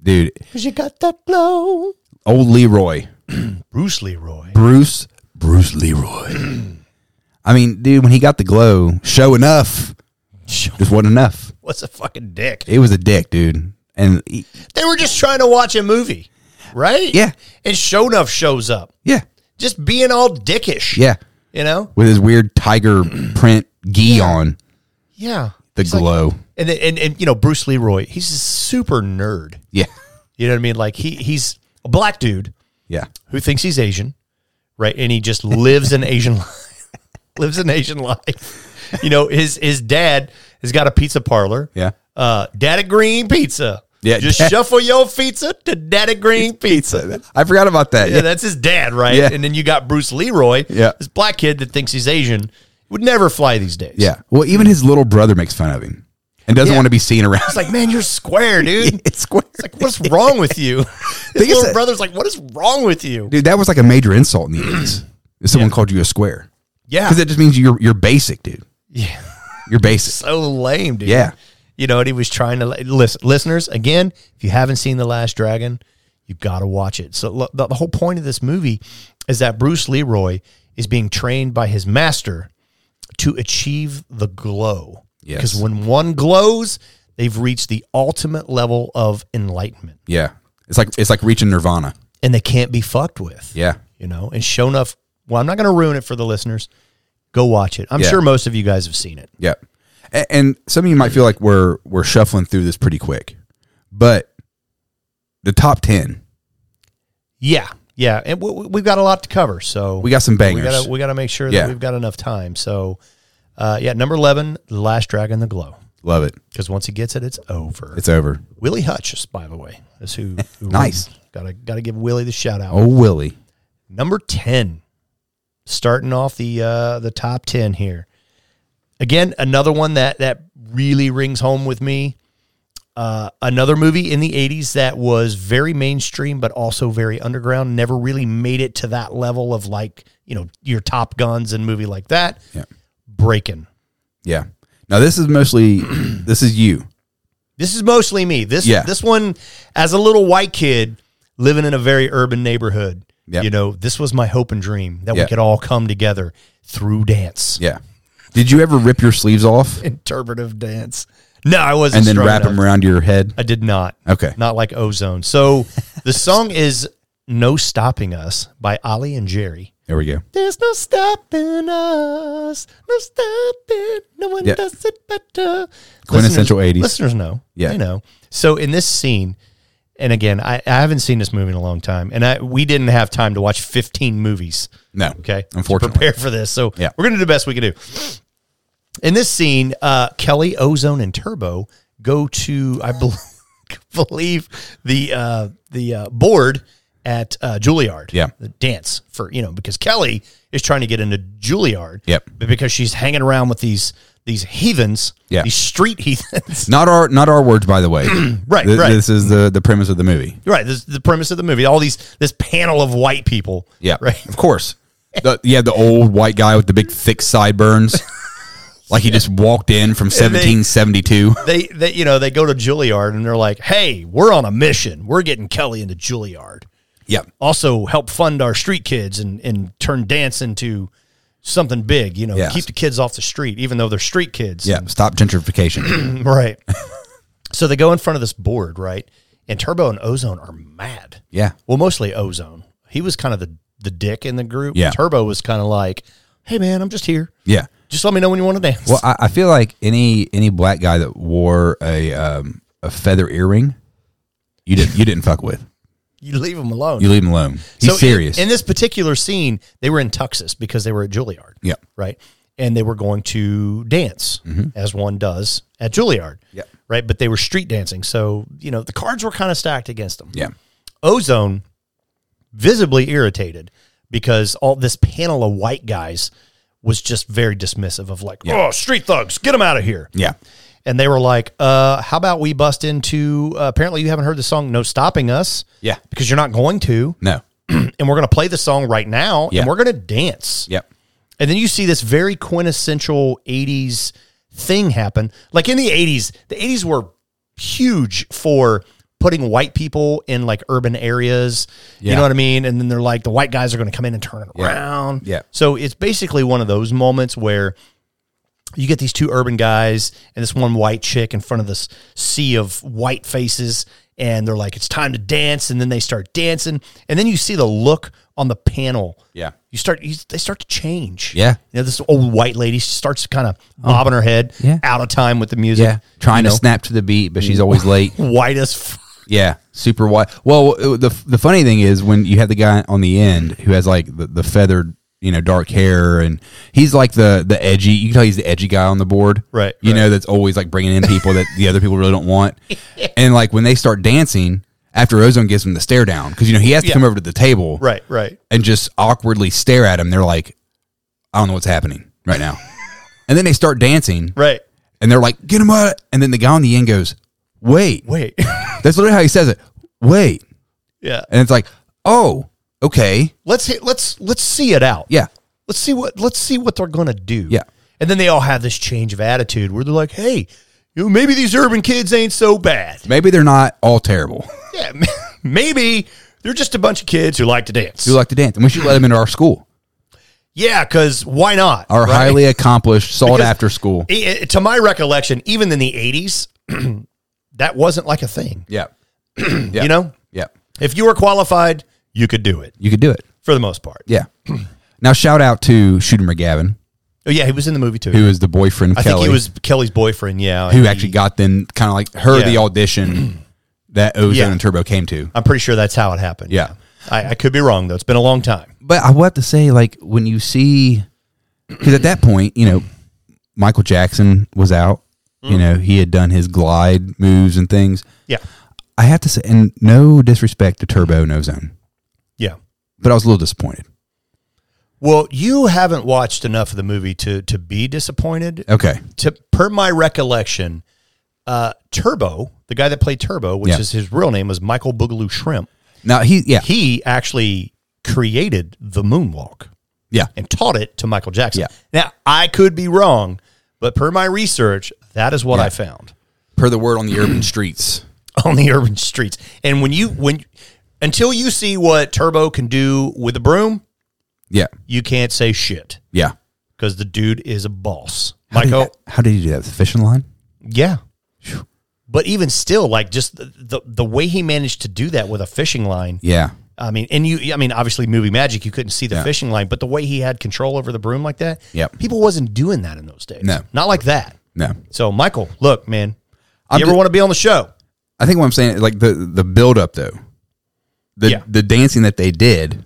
Speaker 2: Dude,
Speaker 1: 'Cause you got that glow.
Speaker 2: old Leroy.
Speaker 1: Bruce Leroy.
Speaker 2: Bruce Bruce Leroy. I mean, dude, when he got the glow, show enough just wasn't enough.
Speaker 1: What's a fucking dick?
Speaker 2: It was a dick, dude. And he-
Speaker 1: They were just trying to watch a movie, right?
Speaker 2: Yeah.
Speaker 1: And Shonuff shows up,
Speaker 2: yeah,
Speaker 1: just being all dickish.
Speaker 2: yeah,
Speaker 1: You know?
Speaker 2: with his weird tiger print gi on
Speaker 1: Yeah.
Speaker 2: the
Speaker 1: It's like-
Speaker 2: glow.
Speaker 1: and, then- and, and, you know, Bruce Leroy, he's a super nerd.
Speaker 2: yeah,
Speaker 1: You know what I mean? Like, he, he's a black dude
Speaker 2: yeah,
Speaker 1: who thinks he's Asian, right? And he just lives an Asian life. lives an Asian life. You know, his, his dad has got a pizza parlor.
Speaker 2: yeah.
Speaker 1: Uh, Daddy Green Pizza.
Speaker 2: Yeah,
Speaker 1: Just
Speaker 2: Dad-
Speaker 1: shuffle your pizza to Daddy Green Pizza.
Speaker 2: I forgot about that.
Speaker 1: Yeah, that's his dad, right?
Speaker 2: Yeah.
Speaker 1: And then you got Bruce Leroy,
Speaker 2: Yeah.
Speaker 1: this black kid that thinks he's Asian, would never fly these days.
Speaker 2: yeah. Well, even his little brother makes fun of him. and doesn't
Speaker 1: Yeah.
Speaker 2: want to be seen around.
Speaker 1: It's like, man, you're square, dude.
Speaker 2: it's square.
Speaker 1: It's like, what's wrong with you? His
Speaker 2: Think it's
Speaker 1: little
Speaker 2: a-
Speaker 1: brother's like, what is wrong with you?
Speaker 2: Dude, that was like a major insult in the 80s. If someone called you a square.
Speaker 1: Yeah.
Speaker 2: Because it just means you're you're basic, dude.
Speaker 1: Yeah.
Speaker 2: You're basic.
Speaker 1: So lame, dude.
Speaker 2: Yeah.
Speaker 1: You know, and he was trying to listen. Listeners, again, if you haven't seen The Last Dragon, you've got to watch it. So lo- the, the whole point of this movie is that Bruce Leroy is being trained by his master to achieve the glow.
Speaker 2: Yes.
Speaker 1: Because when one glows, they've reached the ultimate level of enlightenment,
Speaker 2: Yeah. It's like it's like reaching nirvana.
Speaker 1: and they can't be fucked with.
Speaker 2: Yeah.
Speaker 1: you know. And show enough. Well, I'm not going to ruin it for the listeners. Go watch it. I'm
Speaker 2: Yeah.
Speaker 1: sure most of you guys have seen it.
Speaker 2: Yeah. And, and some of you might feel like we're we're shuffling through this pretty quick. But the top 10,
Speaker 1: Yeah, yeah, and we- we, we've got a lot to cover. So
Speaker 2: we got some
Speaker 1: we
Speaker 2: bangers.
Speaker 1: gotta we gotta make sure
Speaker 2: Yeah.
Speaker 1: that we've got enough time. So, uh, yeah, number eleven, the last dragon, the glow.
Speaker 2: Love it.
Speaker 1: Because once he gets it, it's over.
Speaker 2: It's over.
Speaker 1: Willie Hutch, by the way, is who. who
Speaker 2: Nice.
Speaker 1: Gotta gotta give Willie the shout out.
Speaker 2: Oh, Willie.
Speaker 1: Number ten, starting off the uh, the top ten here. Again, another one that that really rings home with me. Uh, another movie in the '80s that was very mainstream, but also very underground. Never really made it to that level of like you know your Top Guns and movie like that.
Speaker 2: Yeah.
Speaker 1: Breaking.
Speaker 2: Yeah. Now this is mostly this is you.
Speaker 1: This is mostly me. This
Speaker 2: Yeah.
Speaker 1: this one, as a little white kid living in a very urban neighborhood,
Speaker 2: Yep.
Speaker 1: you know, this was my hope and dream that
Speaker 2: Yeah.
Speaker 1: we could all come together through dance.
Speaker 2: Yeah. Did you ever rip your sleeves off
Speaker 1: interpretive dance. No, I wasn't.
Speaker 2: and then
Speaker 1: strong
Speaker 2: wrap
Speaker 1: enough.
Speaker 2: them around your head?
Speaker 1: I did not.
Speaker 2: Okay.
Speaker 1: Not like Ozone. So the song is "No Stopping Us" by Ollie and Jerry.
Speaker 2: There we go.
Speaker 1: There's no stopping us. No stopping. No one
Speaker 2: Yeah.
Speaker 1: does it better.
Speaker 2: Quintessential
Speaker 1: Listeners-
Speaker 2: 80s.
Speaker 1: Listeners know.
Speaker 2: Yeah.
Speaker 1: They know. So in this scene, and again, I, I haven't seen this movie in a long time, and I, we didn't have time to watch 15 movies.
Speaker 2: No.
Speaker 1: Okay. to
Speaker 2: Unfortunately.
Speaker 1: Prepare for this. So
Speaker 2: Yeah.
Speaker 1: we're going to do the best we can do. In this scene, uh, Kelly, Ozone, and Turbo go to, I bel believe, the uh, the uh, board at uh, Juilliard.
Speaker 2: Yeah.
Speaker 1: The dance for, you know, because Kelly is trying to get into Juilliard.
Speaker 2: Yep.
Speaker 1: But because she's hanging around with these these heathens,
Speaker 2: Yeah.
Speaker 1: these street heathens.
Speaker 2: Not our not our words, by the way.
Speaker 1: Right,
Speaker 2: Th-
Speaker 1: right.
Speaker 2: This is the the premise of the movie.
Speaker 1: right. This is the premise of the movie. All these, this panel of white people.
Speaker 2: Yeah,
Speaker 1: Right.
Speaker 2: Of course. The, you had the old white guy with the big thick sideburns, like he just walked in from 1772.
Speaker 1: they, they you know they go to Juilliard and they're like, "Hey, we're on a mission. We're getting Kelly into Juilliard.
Speaker 2: yeah,
Speaker 1: Also, help fund our street kids and and turn dance into something big. You know,
Speaker 2: Yes.
Speaker 1: keep the kids off the street, even though they're street kids.
Speaker 2: yeah. Stop gentrification.
Speaker 1: right. so they go in front of this board, right? And Turbo and Ozone are mad.
Speaker 2: yeah,
Speaker 1: Well, mostly Ozone. He was kind of the the dick in the group.
Speaker 2: Yeah.
Speaker 1: Turbo was kind of like, "Hey, man, I'm just here.
Speaker 2: yeah.
Speaker 1: Just let me know when you want to dance."
Speaker 2: Well, I, I feel like any any black guy that wore a um, a feather earring, you didn't you didn't fuck with.
Speaker 1: you leave him alone.
Speaker 2: You leave him alone. He's
Speaker 1: in-
Speaker 2: serious.
Speaker 1: In, this particular scene, they were in Texas because they were at Juilliard.
Speaker 2: Yeah.
Speaker 1: Right. And they were going to dance as one does at Juilliard.
Speaker 2: Mm-hmm. Yeah.
Speaker 1: Right. But they were street dancing. So, you know, the cards were kind of stacked against them.
Speaker 2: yeah,
Speaker 1: Ozone visibly irritated because all this panel of white guys was just very dismissive of like, oh, street thugs, get them out of here.
Speaker 2: yeah,
Speaker 1: And they were like, uh, how about we bust into, uh, apparently you haven't heard the song No Stopping Us
Speaker 2: yeah.
Speaker 1: because you're not going to
Speaker 2: No,
Speaker 1: and we're going to play the song right now
Speaker 2: Yeah.
Speaker 1: and we're going to dance.
Speaker 2: yeah,
Speaker 1: And then you see this very quintessential 80s thing happen. Like in the 80s, the 80s were huge for putting white people in like urban areas. You
Speaker 2: Yeah.
Speaker 1: know what I mean? And then they're like, the white guys are going to come in and turn it
Speaker 2: Yeah.
Speaker 1: around.
Speaker 2: Yeah.
Speaker 1: So it's basically one of those moments where you get these two urban guys and this one white chick in front of this sea of white faces and they're like it's time to dance and then they start dancing and then you see the look on the panel
Speaker 2: Yeah.
Speaker 1: you start you, they start to change
Speaker 2: Yeah. Oh.
Speaker 1: you know this old white lady she starts kind of bobbing her head
Speaker 2: Yeah.
Speaker 1: out of time with the music
Speaker 2: yeah. Trying
Speaker 1: you
Speaker 2: to snap to the beat, but she's always late.
Speaker 1: know, white as f-
Speaker 2: Yeah, super wide. Well, it- the the funny thing is when you have the guy on the end who has like the, the feathered, you know, dark hair, and he's like the the edgy. You can tell he's the edgy guy on the board,
Speaker 1: Right,
Speaker 2: You know, that's always like bringing in people that the other people really don't want. And like when they start dancing after Ozone gives him the stare down because you know he has to
Speaker 1: Yeah.
Speaker 2: come over to the table,
Speaker 1: right right
Speaker 2: and just awkwardly stare at him. They're like, I don't know what's happening right now, and then they start dancing,
Speaker 1: right
Speaker 2: and they're like, "Get him out!" And then the guy on the end goes, "Wait."
Speaker 1: Wait.
Speaker 2: That's literally how he says it. Wait,
Speaker 1: yeah.
Speaker 2: and it's like, "Oh, okay,
Speaker 1: Let's hit, let's let's see it out.
Speaker 2: yeah,
Speaker 1: Let's see what let's see what they're gonna do.
Speaker 2: Yeah.
Speaker 1: And then they all have this change of attitude where they're like, hey, you know, maybe these urban kids ain't so bad.
Speaker 2: maybe they're not all terrible.
Speaker 1: Yeah. Maybe they're just a bunch of kids who like to dance.
Speaker 2: Do like to dance, and we should let them into our school,
Speaker 1: yeah, because why not?
Speaker 2: our
Speaker 1: right?
Speaker 2: highly accomplished, sought
Speaker 1: Because-
Speaker 2: after school."
Speaker 1: I- I- to my recollection, even in the 80s, that wasn't like a thing.
Speaker 2: Yeah,
Speaker 1: You know,
Speaker 2: yeah,
Speaker 1: if you were qualified, you could do it
Speaker 2: you could do it.
Speaker 1: for the most part.
Speaker 2: Yeah. Now shout out to Shooter McGavin,
Speaker 1: Oh, yeah, he was in the movie too.
Speaker 2: who is the boyfriend of
Speaker 1: I
Speaker 2: Kelly,
Speaker 1: think he was Kelly's boyfriend. Yeah.
Speaker 2: who
Speaker 1: and
Speaker 2: actually
Speaker 1: he-
Speaker 2: got then kind of like her the
Speaker 1: Yeah.
Speaker 2: audition that Ozone
Speaker 1: Yeah.
Speaker 2: and Turbo came to.
Speaker 1: I'm pretty sure that's how it happened.
Speaker 2: Yeah.
Speaker 1: I, I could be wrong, though. It's been a long time.
Speaker 2: But I will have to say, like when you see, because at that point, you know, Michael Jackson was out.
Speaker 1: Mm-hmm.
Speaker 2: You know, he had done his glide moves and things.
Speaker 1: Yeah.
Speaker 2: I have to say, and no disrespect to Turbo and Ozone,
Speaker 1: Yeah.
Speaker 2: but I was a little disappointed.
Speaker 1: Well, you haven't watched enough of the movie to, to be disappointed.
Speaker 2: Okay,
Speaker 1: to per my recollection, uh, Turbo, the guy that played Turbo, which
Speaker 2: Yeah.
Speaker 1: is his real name, was Michael Boogaloo Shrimp.
Speaker 2: now he, yeah,
Speaker 1: He actually created the moonwalk
Speaker 2: yeah,
Speaker 1: and taught it to Michael Jackson.
Speaker 2: Yeah.
Speaker 1: Now I could be wrong, but per my research, that is what I found
Speaker 2: per the word on the urban streets.
Speaker 1: on the urban streets. And when you when until you see what Turbo can do with a broom,
Speaker 2: Yeah,
Speaker 1: you can't say shit
Speaker 2: yeah.
Speaker 1: because the dude is a boss.
Speaker 2: How did-
Speaker 1: Michael,
Speaker 2: how did he do that? The fishing line.
Speaker 1: Yeah. But even still, like just the, the the way he managed to do that with a fishing line.
Speaker 2: Yeah,
Speaker 1: I mean, and you, I mean, obviously, movie magic, you couldn't see the
Speaker 2: Yeah.
Speaker 1: fishing line, but the way he had control over the broom like that,
Speaker 2: Yep.
Speaker 1: people wasn't doing that in those days.
Speaker 2: No.
Speaker 1: not like that.
Speaker 2: no.
Speaker 1: So, Michael, look, man,
Speaker 2: I'm
Speaker 1: you ever
Speaker 2: ju-
Speaker 1: want to be on the show?
Speaker 2: I think what I'm saying, like the the build up though, the
Speaker 1: Yeah.
Speaker 2: the dancing that they did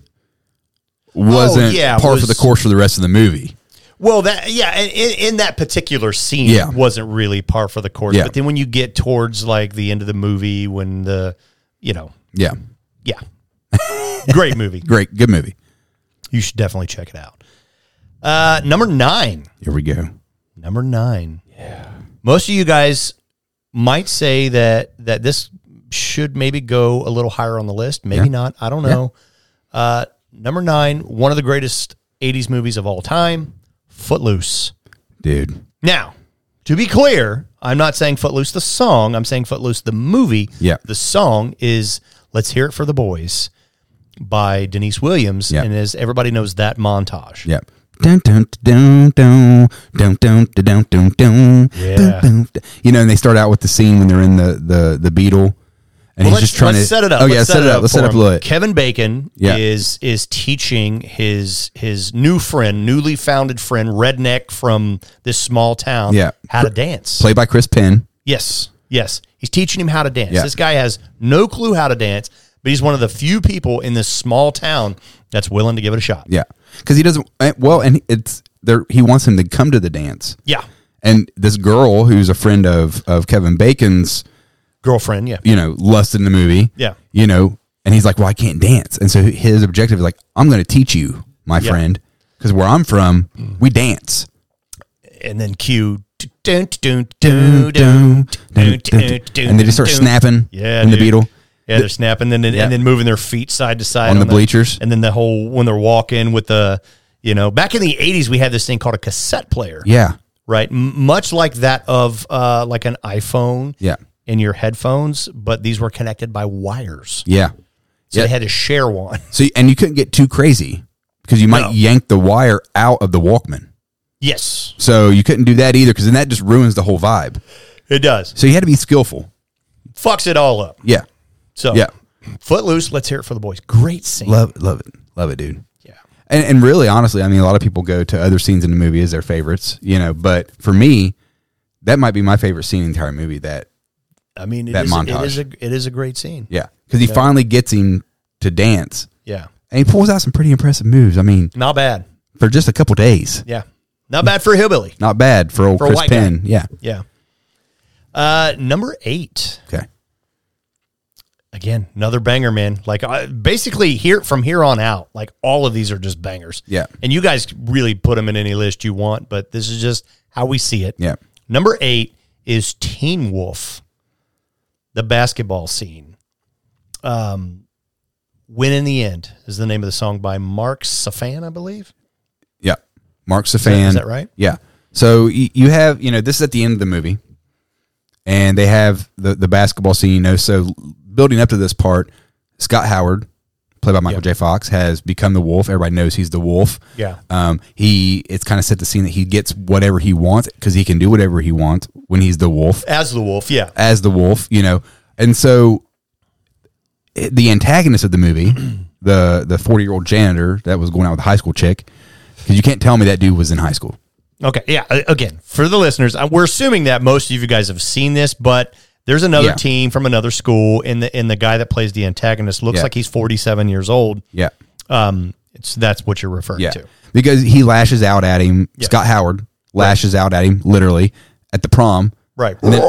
Speaker 2: wasn't
Speaker 1: Oh, yeah,
Speaker 2: par
Speaker 1: was-
Speaker 2: for the course for the rest of the movie.
Speaker 1: Well, that yeah, and in, in that particular scene,
Speaker 2: Yeah.
Speaker 1: wasn't really par for the course.
Speaker 2: Yeah.
Speaker 1: But then when you get towards like the end of the movie, when the, you know,
Speaker 2: Yeah,
Speaker 1: yeah, great movie.
Speaker 2: great, good movie.
Speaker 1: You should definitely check it out. Uh, number nine.
Speaker 2: Here we go.
Speaker 1: Number nine. Yeah. Most of you guys might say that that this should maybe go a little higher on the list. Maybe not. I don't know. Uh, number nine. One of the greatest '80s movies of all time. Footloose.
Speaker 2: Dude,
Speaker 1: Now, to be clear, I'm not saying Footloose the song. I'm saying Footloose the movie.
Speaker 2: Yeah.
Speaker 1: The song is "Let's Hear It for the Boys" by Denise Williams,
Speaker 2: Yeah.
Speaker 1: and as everybody knows, that montage.
Speaker 2: yeah. Dun, dun, dun, dun, dun, dun, dun, dun, dun, dun,
Speaker 1: Yeah.
Speaker 2: dun, dun, dun. You know, and they start out with the scene when they're in the the the Beetle, and
Speaker 1: Well,
Speaker 2: he's
Speaker 1: let's,
Speaker 2: just trying
Speaker 1: let's
Speaker 2: to
Speaker 1: set it up.
Speaker 2: Oh yeah, set, it up. Let's set
Speaker 1: for
Speaker 2: it up a
Speaker 1: him.
Speaker 2: little. bit.
Speaker 1: Kevin Bacon
Speaker 2: Yeah.
Speaker 1: is is teaching his his new friend, newly founded friend, redneck from this small town,
Speaker 2: Yeah.
Speaker 1: how to dance.
Speaker 2: Played by Chris Penn.
Speaker 1: Yes, yes, he's teaching him how to dance.
Speaker 2: Yeah.
Speaker 1: This guy has no clue how to dance, but he's one of the few people in this small town that's willing to give it a shot.
Speaker 2: Yeah, because he doesn't. eh, Well, and it's there. He wants him to come to the dance.
Speaker 1: Yeah.
Speaker 2: and this girl who's a friend of of Kevin Bacon's,
Speaker 1: girlfriend. Yeah,
Speaker 2: you know, lust in the movie.
Speaker 1: Yeah.
Speaker 2: You know, and he's like, "Well, I can't dance." And so his objective is like, "I'm going to teach you, my friend. 'Cause friend, because where I'm from, we dance."
Speaker 1: and then cue. And they
Speaker 2: and they just start snapping
Speaker 1: Yeah,
Speaker 2: in the
Speaker 1: dude.
Speaker 2: Beetle.
Speaker 1: Yeah, they're snapping and then and then moving their feet side to side
Speaker 2: On the bleachers.
Speaker 1: and then the whole when they're walking with the you know back in the '80s we had this thing called a cassette player,
Speaker 2: Yeah.
Speaker 1: right? M- much like that of uh, like an iPhone,
Speaker 2: Yeah.
Speaker 1: in your headphones, but these were connected by wires,
Speaker 2: Yeah.
Speaker 1: so
Speaker 2: Yeah.
Speaker 1: they had to share one.
Speaker 2: So and you couldn't get too crazy because you might
Speaker 1: No.
Speaker 2: yank the wire out of the Walkman.
Speaker 1: yes,
Speaker 2: So you couldn't do that either because then that just ruins the whole vibe.
Speaker 1: it does.
Speaker 2: So you had to be skillful.
Speaker 1: Fucks it all up.
Speaker 2: Yeah.
Speaker 1: So
Speaker 2: Yeah.
Speaker 1: Footloose. Let's hear it for the boys. Great scene.
Speaker 2: Love love it. Love it, dude.
Speaker 1: yeah.
Speaker 2: And, and really, honestly, I mean, a lot of people go to other scenes in the movie as their favorites, you know. But for me, that might be my favorite scene in the entire movie. That
Speaker 1: I mean, it
Speaker 2: That
Speaker 1: is-
Speaker 2: montage.
Speaker 1: It is a it is a great scene.
Speaker 2: yeah, because he finally gets him to dance,
Speaker 1: Yeah,
Speaker 2: and he pulls out some pretty impressive moves. I mean,
Speaker 1: not bad.
Speaker 2: for just a couple days,
Speaker 1: Yeah, not bad for a hillbilly.
Speaker 2: not bad for old
Speaker 1: For a
Speaker 2: Chris
Speaker 1: white guy.
Speaker 2: Penn. Yeah,
Speaker 1: Yeah. Uh, number eight.
Speaker 2: okay,
Speaker 1: Again, another banger, man. Like I, basically here from here on out, like all of these are just bangers.
Speaker 2: Yeah.
Speaker 1: And you guys really put them in any list you want, but this is just how we see it.
Speaker 2: yeah,
Speaker 1: Number eight is Teen Wolf, the basketball scene. Um, Win in the End is the name of the song by Mark Safan, I believe.
Speaker 2: Yeah. Mark's a
Speaker 1: that-
Speaker 2: fan.
Speaker 1: is that right?
Speaker 2: Yeah. So y- you have, you know, this is at the end of the movie, and they have the, the basketball scene, you know. So building up to this part, Scott Howard, played by Michael J. Fox, has become the wolf. Everybody knows he's the wolf.
Speaker 1: Yeah.
Speaker 2: Um, he, it's kind of set the scene that he gets whatever he wants because he can do whatever he wants when he's the wolf
Speaker 1: As the Wolf, yeah.
Speaker 2: as the wolf, you know. And so it- the antagonist of the movie, the the 40-year-old janitor that was going out with a high school chick, cuz you can't tell me that dude was in high school.
Speaker 1: Okay, yeah. a- Again, for the listeners, I- we're assuming that most of you guys have seen this, but there's another
Speaker 2: Yeah.
Speaker 1: team from another school, and the and the guy that plays the antagonist looks
Speaker 2: Yeah.
Speaker 1: like he's 47 years old.
Speaker 2: Yeah.
Speaker 1: Um, it's that's what you're referring
Speaker 2: Yeah.
Speaker 1: to.
Speaker 2: Because he lashes out at him. Scott Howard lashes out at him literally at the prom.
Speaker 1: Right.
Speaker 2: And then,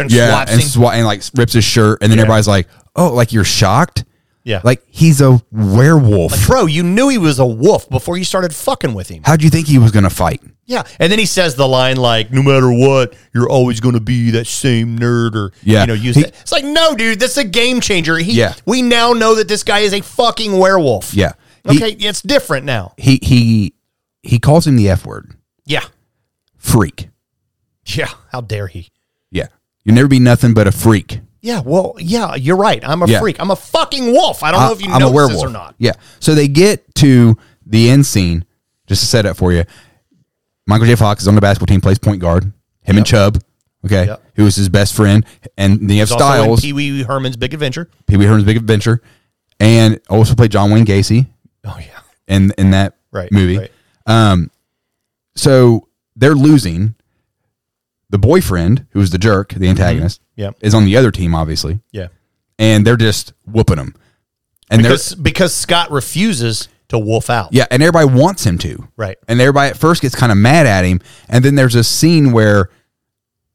Speaker 1: And
Speaker 2: yeah,
Speaker 1: slaps
Speaker 2: and,
Speaker 1: him.
Speaker 2: swa- and like rips his shirt and then everybody's like, "Oh, like you're shocked?"
Speaker 1: yeah.
Speaker 2: Like he's a werewolf.
Speaker 1: bro, you knew he was a wolf before you started fucking with him.
Speaker 2: How'd you think he was going to fight?
Speaker 1: Yeah. And then he says the line like, no matter what, you're always going to be that same nerd or,
Speaker 2: Yeah.
Speaker 1: you know, use
Speaker 2: He-
Speaker 1: that. It's like, no, dude, that's a game changer. He,
Speaker 2: Yeah.
Speaker 1: We now know that this guy is a fucking werewolf.
Speaker 2: Yeah. He-
Speaker 1: Okay. it's different now.
Speaker 2: He he he calls him the F word.
Speaker 1: Yeah.
Speaker 2: Freak.
Speaker 1: Yeah. How dare he?
Speaker 2: Yeah. You'll never be nothing but a freak.
Speaker 1: Yeah. Well, yeah, you're right. I'm a
Speaker 2: Yeah.
Speaker 1: freak. I'm a fucking wolf. I don't know if you
Speaker 2: I'm a
Speaker 1: know this
Speaker 2: werewolf.
Speaker 1: or not.
Speaker 2: Yeah. So they get to the end scene, just to set up for you. Michael J. Fox is on the basketball team, plays point guard. Him and Chubb, okay,
Speaker 1: Yep.
Speaker 2: who is his best friend, and they have
Speaker 1: He's also in
Speaker 2: Styles,
Speaker 1: Pee Wee Herman's Big Adventure.
Speaker 2: Pee Wee Herman's Big Adventure, and also play John Wayne Gacy
Speaker 1: Oh, yeah.
Speaker 2: in in that
Speaker 1: Right.
Speaker 2: movie.
Speaker 1: right.
Speaker 2: So they're losing. The boyfriend, who's the jerk,
Speaker 1: Mm-hmm.
Speaker 2: the antagonist,
Speaker 1: Yep.
Speaker 2: is on the other team, obviously,
Speaker 1: Yeah.
Speaker 2: and they're just whooping them. And they're
Speaker 1: Because, because Scott refuses to wolf out.
Speaker 2: Yeah, and everybody wants him to.
Speaker 1: Right.
Speaker 2: And everybody at first gets kind of mad at him. And then there's a scene where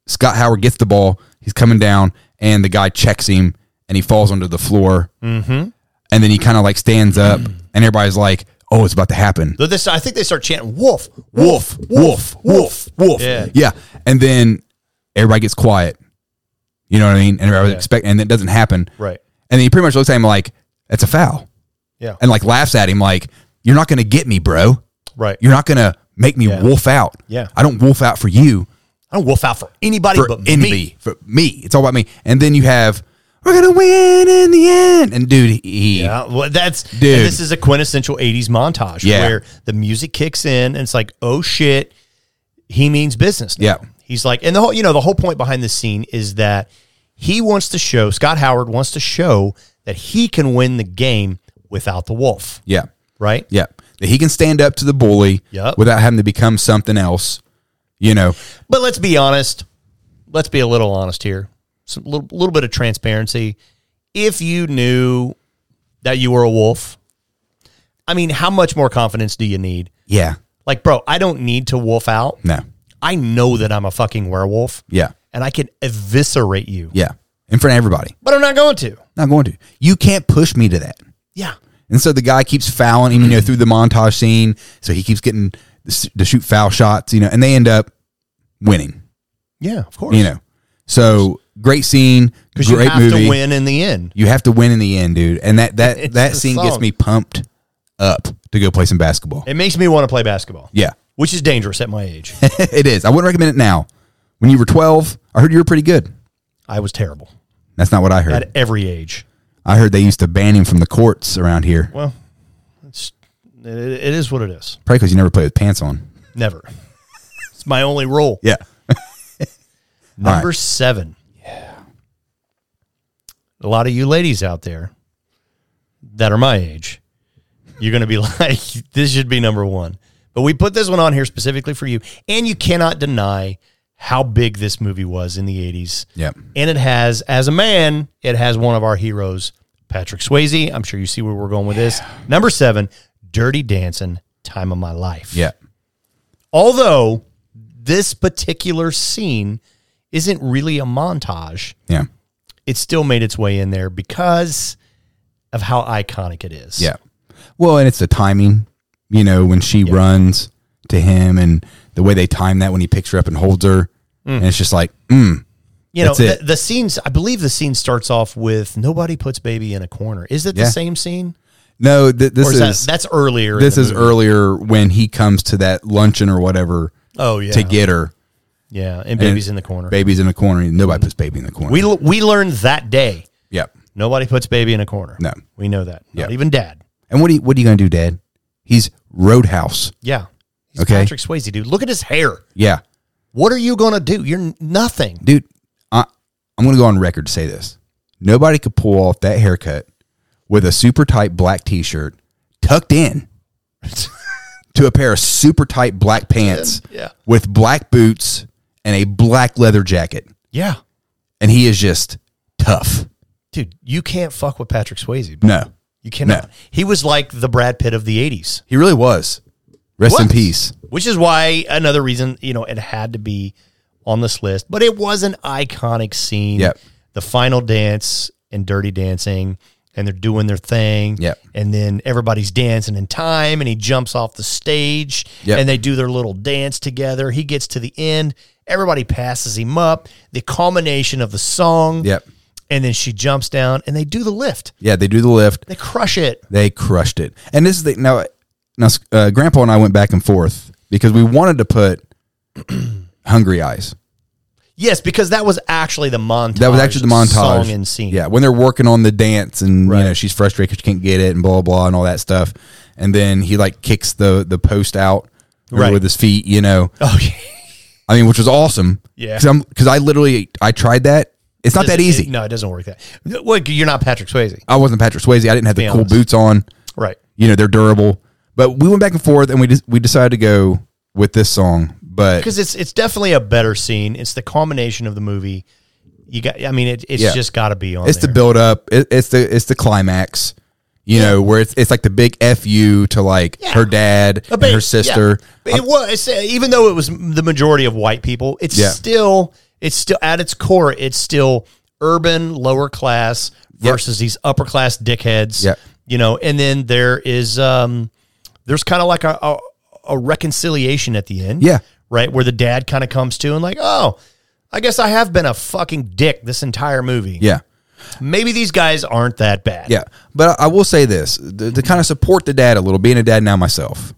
Speaker 2: Scott Howard gets the ball, he's coming down, and the guy checks him and he falls onto the floor. Mm-hmm. And then he kind of like stands up, and everybody's like, oh, it's about to happen.
Speaker 1: Though this, I think they start chanting "Wolf,
Speaker 2: Wolf, wolf, wolf, wolf.
Speaker 1: Yeah.
Speaker 2: yeah. And then everybody gets quiet. You know what I mean? And everybody expect, and it doesn't happen.
Speaker 1: Right.
Speaker 2: And then he pretty much looks at him like, that's a foul.
Speaker 1: Yeah.
Speaker 2: And like laughs at him like, you're not going to get me, bro.
Speaker 1: Right.
Speaker 2: You're not gonna make me
Speaker 1: Yeah.
Speaker 2: wolf out.
Speaker 1: Yeah.
Speaker 2: I don't wolf out for you,
Speaker 1: I don't wolf out for anybody
Speaker 2: for
Speaker 1: but
Speaker 2: envy,
Speaker 1: me.
Speaker 2: for me. It's all about me. And then you have we're gonna win in the end. And dude, he
Speaker 1: Yeah, Uh, well, that's and
Speaker 2: Dude.
Speaker 1: this is a quintessential '80s montage
Speaker 2: Yeah.
Speaker 1: where the music kicks in and it's like, oh shit, he means business. Now.
Speaker 2: Yeah.
Speaker 1: he's like, and the whole you know the whole point behind this scene is that he wants to show Scott Howard wants to show that he can win the game without the wolf,
Speaker 2: yeah,
Speaker 1: right?
Speaker 2: yeah. That he can stand up to the bully
Speaker 1: Yup.
Speaker 2: without having to become something else. You know,
Speaker 1: But let's be honest. Let's be a little honest here. Some little, little bit of transparency. If you knew that you were a wolf, I mean, how much more confidence do you need?
Speaker 2: yeah,
Speaker 1: Like, bro, I don't need to wolf out.
Speaker 2: no,
Speaker 1: I know that I'm a fucking werewolf.
Speaker 2: yeah,
Speaker 1: And I can eviscerate you.
Speaker 2: yeah. In front of everybody,
Speaker 1: But I'm not going to.
Speaker 2: not going to. You can't push me to that.
Speaker 1: Yeah.
Speaker 2: And so the guy keeps fouling him, you know, through the montage scene. So he keeps getting to shoot foul shots, you know, and they end up winning.
Speaker 1: Yeah, of course.
Speaker 2: you know. So great scene, great
Speaker 1: because you have
Speaker 2: movie.
Speaker 1: to win in the end.
Speaker 2: You have to win in the end, dude. And that that
Speaker 1: It's
Speaker 2: that
Speaker 1: the
Speaker 2: scene gets
Speaker 1: song.
Speaker 2: me pumped up to go play some basketball.
Speaker 1: It makes me want to play basketball,
Speaker 2: yeah,
Speaker 1: which is dangerous at my age.
Speaker 2: it is. I wouldn't recommend it now. When you were twelve, I heard you were pretty good.
Speaker 1: I was terrible
Speaker 2: That's not what I heard.
Speaker 1: at every age.
Speaker 2: I heard they used to ban him from the courts around here,
Speaker 1: Well, it's, it, it is what it is.
Speaker 2: probably because you never played with pants on.
Speaker 1: Never. it's my only rule.
Speaker 2: Yeah,
Speaker 1: Number seven. Yeah. A lot of you ladies out there that are my age, you're going to be like, this should be number one. But we put this one on here specifically for you. And you cannot deny how big this movie was in the 80s.
Speaker 2: yeah,
Speaker 1: And it has, as a man, it has one of our heroes, Patrick Swayze. I'm sure you see where we're going with this. Number seven, Dirty Dancing, Time of My Life.
Speaker 2: yeah.
Speaker 1: Although this particular scene isn't really a montage,
Speaker 2: Yeah,
Speaker 1: it still made its way in there because of how iconic it is.
Speaker 2: yeah. Well, and it's the timing, you know, when she runs to him and the way they time that when he picks her up and holds her. and it's just like, mm,
Speaker 1: You know,
Speaker 2: That's it.
Speaker 1: The, the scenes, I believe the scene starts off with nobody puts baby in a corner. Is it
Speaker 2: Yeah.
Speaker 1: the same scene?
Speaker 2: no, th- this
Speaker 1: Or
Speaker 2: is
Speaker 1: is, that, that's earlier. in
Speaker 2: this
Speaker 1: the
Speaker 2: is
Speaker 1: movie.
Speaker 2: earlier when he comes to that luncheon or whatever
Speaker 1: Oh, yeah.
Speaker 2: to get her.
Speaker 1: yeah. And baby's in the corner.
Speaker 2: Baby's in the corner. and Nobody puts baby in the corner.
Speaker 1: We, l- we learned that day
Speaker 2: yep.
Speaker 1: nobody puts baby in a corner.
Speaker 2: No.
Speaker 1: We know that. Not
Speaker 2: Yeah.
Speaker 1: even dad.
Speaker 2: And what are you, what are you going to do, Dad? He's Roadhouse.
Speaker 1: Yeah. He's
Speaker 2: Okay.
Speaker 1: Patrick Swayze, dude. Look at his hair.
Speaker 2: Yeah,
Speaker 1: What are you going to do? You're n- nothing.
Speaker 2: dude. I, I'm going to go on record to say this. Nobody could pull off that haircut with a super tight black T-shirt tucked in to a pair of super tight black pants
Speaker 1: Yeah.
Speaker 2: with black boots and a black leather jacket.
Speaker 1: Yeah.
Speaker 2: And he is just tough.
Speaker 1: Dude, you can't fuck with Patrick Swayze. bro.
Speaker 2: No,
Speaker 1: You cannot.
Speaker 2: No.
Speaker 1: He was like the Brad Pitt of the 80s.
Speaker 2: he really was. Rest in
Speaker 1: Was.
Speaker 2: peace.
Speaker 1: which is why another reason you know it had to be on this list but it was an iconic scene
Speaker 2: Yep.
Speaker 1: the final dance and dirty dancing and they're doing their thing
Speaker 2: Yep.
Speaker 1: and then everybody's dancing in time and he jumps off the stage
Speaker 2: Yep.
Speaker 1: and they do their little dance together he gets to the end everybody passes him up the culmination of the song
Speaker 2: Yep.
Speaker 1: and then she jumps down and they do the lift
Speaker 2: Yeah, they do the lift.
Speaker 1: they crush it
Speaker 2: They crushed it. And this is the now, now uh, Grandpa and I went back and forth because we wanted to put Hungry Eyes.
Speaker 1: yes because that was actually the montage
Speaker 2: That was actually the montage.
Speaker 1: Oh, song and scene
Speaker 2: Yeah, when they're working on the dance and you know she's frustrated because she can't get it and blah blah and all that stuff. And then he like kicks the the post out
Speaker 1: Right.
Speaker 2: with his feet. You know,
Speaker 1: oh yeah
Speaker 2: I mean, which was awesome.
Speaker 1: Yeah.
Speaker 2: because I literally I tried that. It's not that
Speaker 1: doesn't-
Speaker 2: easy.
Speaker 1: it- no, it doesn't work that. Well, you're not Patrick Swayze,
Speaker 2: I wasn't Patrick Swayze. I didn't have the
Speaker 1: Be
Speaker 2: cool
Speaker 1: honest.
Speaker 2: boots on.
Speaker 1: right?
Speaker 2: you know they're durable. But we went back and forth, and we just, we decided to go with this song. But
Speaker 1: Because it's it's definitely a better scene. It's the culmination of the movie. You got, I mean, it, it's
Speaker 2: Yeah.
Speaker 1: just got to be on.
Speaker 2: it's the
Speaker 1: there.
Speaker 2: build up. It, it's the it's the climax. You know where it's it's like the big fu to like
Speaker 1: Yeah.
Speaker 2: her dad
Speaker 1: A
Speaker 2: and
Speaker 1: big-
Speaker 2: her sister. Uh,
Speaker 1: yeah. It was even though it was the majority of white people. It's
Speaker 2: Yeah.
Speaker 1: still it's still at its core. It's still urban lower class
Speaker 2: Yep.
Speaker 1: versus these upper class dickheads.
Speaker 2: Yep.
Speaker 1: You know, and then there is um there's kind of like a, a a reconciliation at the end.
Speaker 2: Yeah.
Speaker 1: Right where the dad kind of comes to and like oh. I guess I have been a fucking dick this entire movie.
Speaker 2: Yeah,
Speaker 1: Maybe these guys aren't that bad.
Speaker 2: yeah. But I, I will say this to, to kind of support the dad a little. Being a dad now myself,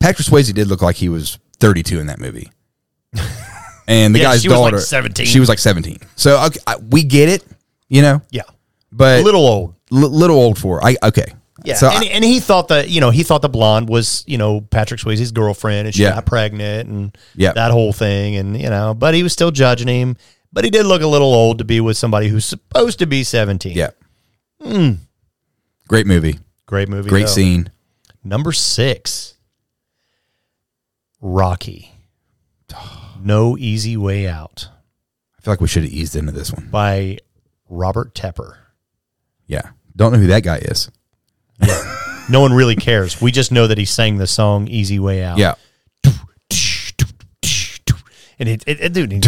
Speaker 2: Patrick Swayze did look like he was 32 in that movie. And the
Speaker 1: Yeah,
Speaker 2: guy's
Speaker 1: she was like
Speaker 2: daughter,
Speaker 1: 17.
Speaker 2: She was like 17. So okay, I, we get it, you know.
Speaker 1: Yeah.
Speaker 2: But
Speaker 1: A little old.
Speaker 2: li- little old for. I okay.
Speaker 1: Yeah,
Speaker 2: So
Speaker 1: and,
Speaker 2: I,
Speaker 1: and he thought that you know he thought the blonde was you know Patrick Swayze's girlfriend, and she
Speaker 2: Yeah.
Speaker 1: got pregnant, and
Speaker 2: Yeah.
Speaker 1: that whole thing, and you know, but he was still judging him. But he did look a little old to be with somebody who's supposed to be seventeen.
Speaker 2: yeah. Hmm. Great movie.
Speaker 1: great movie,
Speaker 2: Great
Speaker 1: though.
Speaker 2: scene.
Speaker 1: Number six, Rocky, No Easy Way Out
Speaker 2: I feel like we should have eased into this one.
Speaker 1: by Robert Tepper.
Speaker 2: Yeah. Don't know who that guy is.
Speaker 1: No one really cares. We just know that he sang the song "Easy Way Out."
Speaker 2: Yeah.
Speaker 1: and it, it, it dude, he-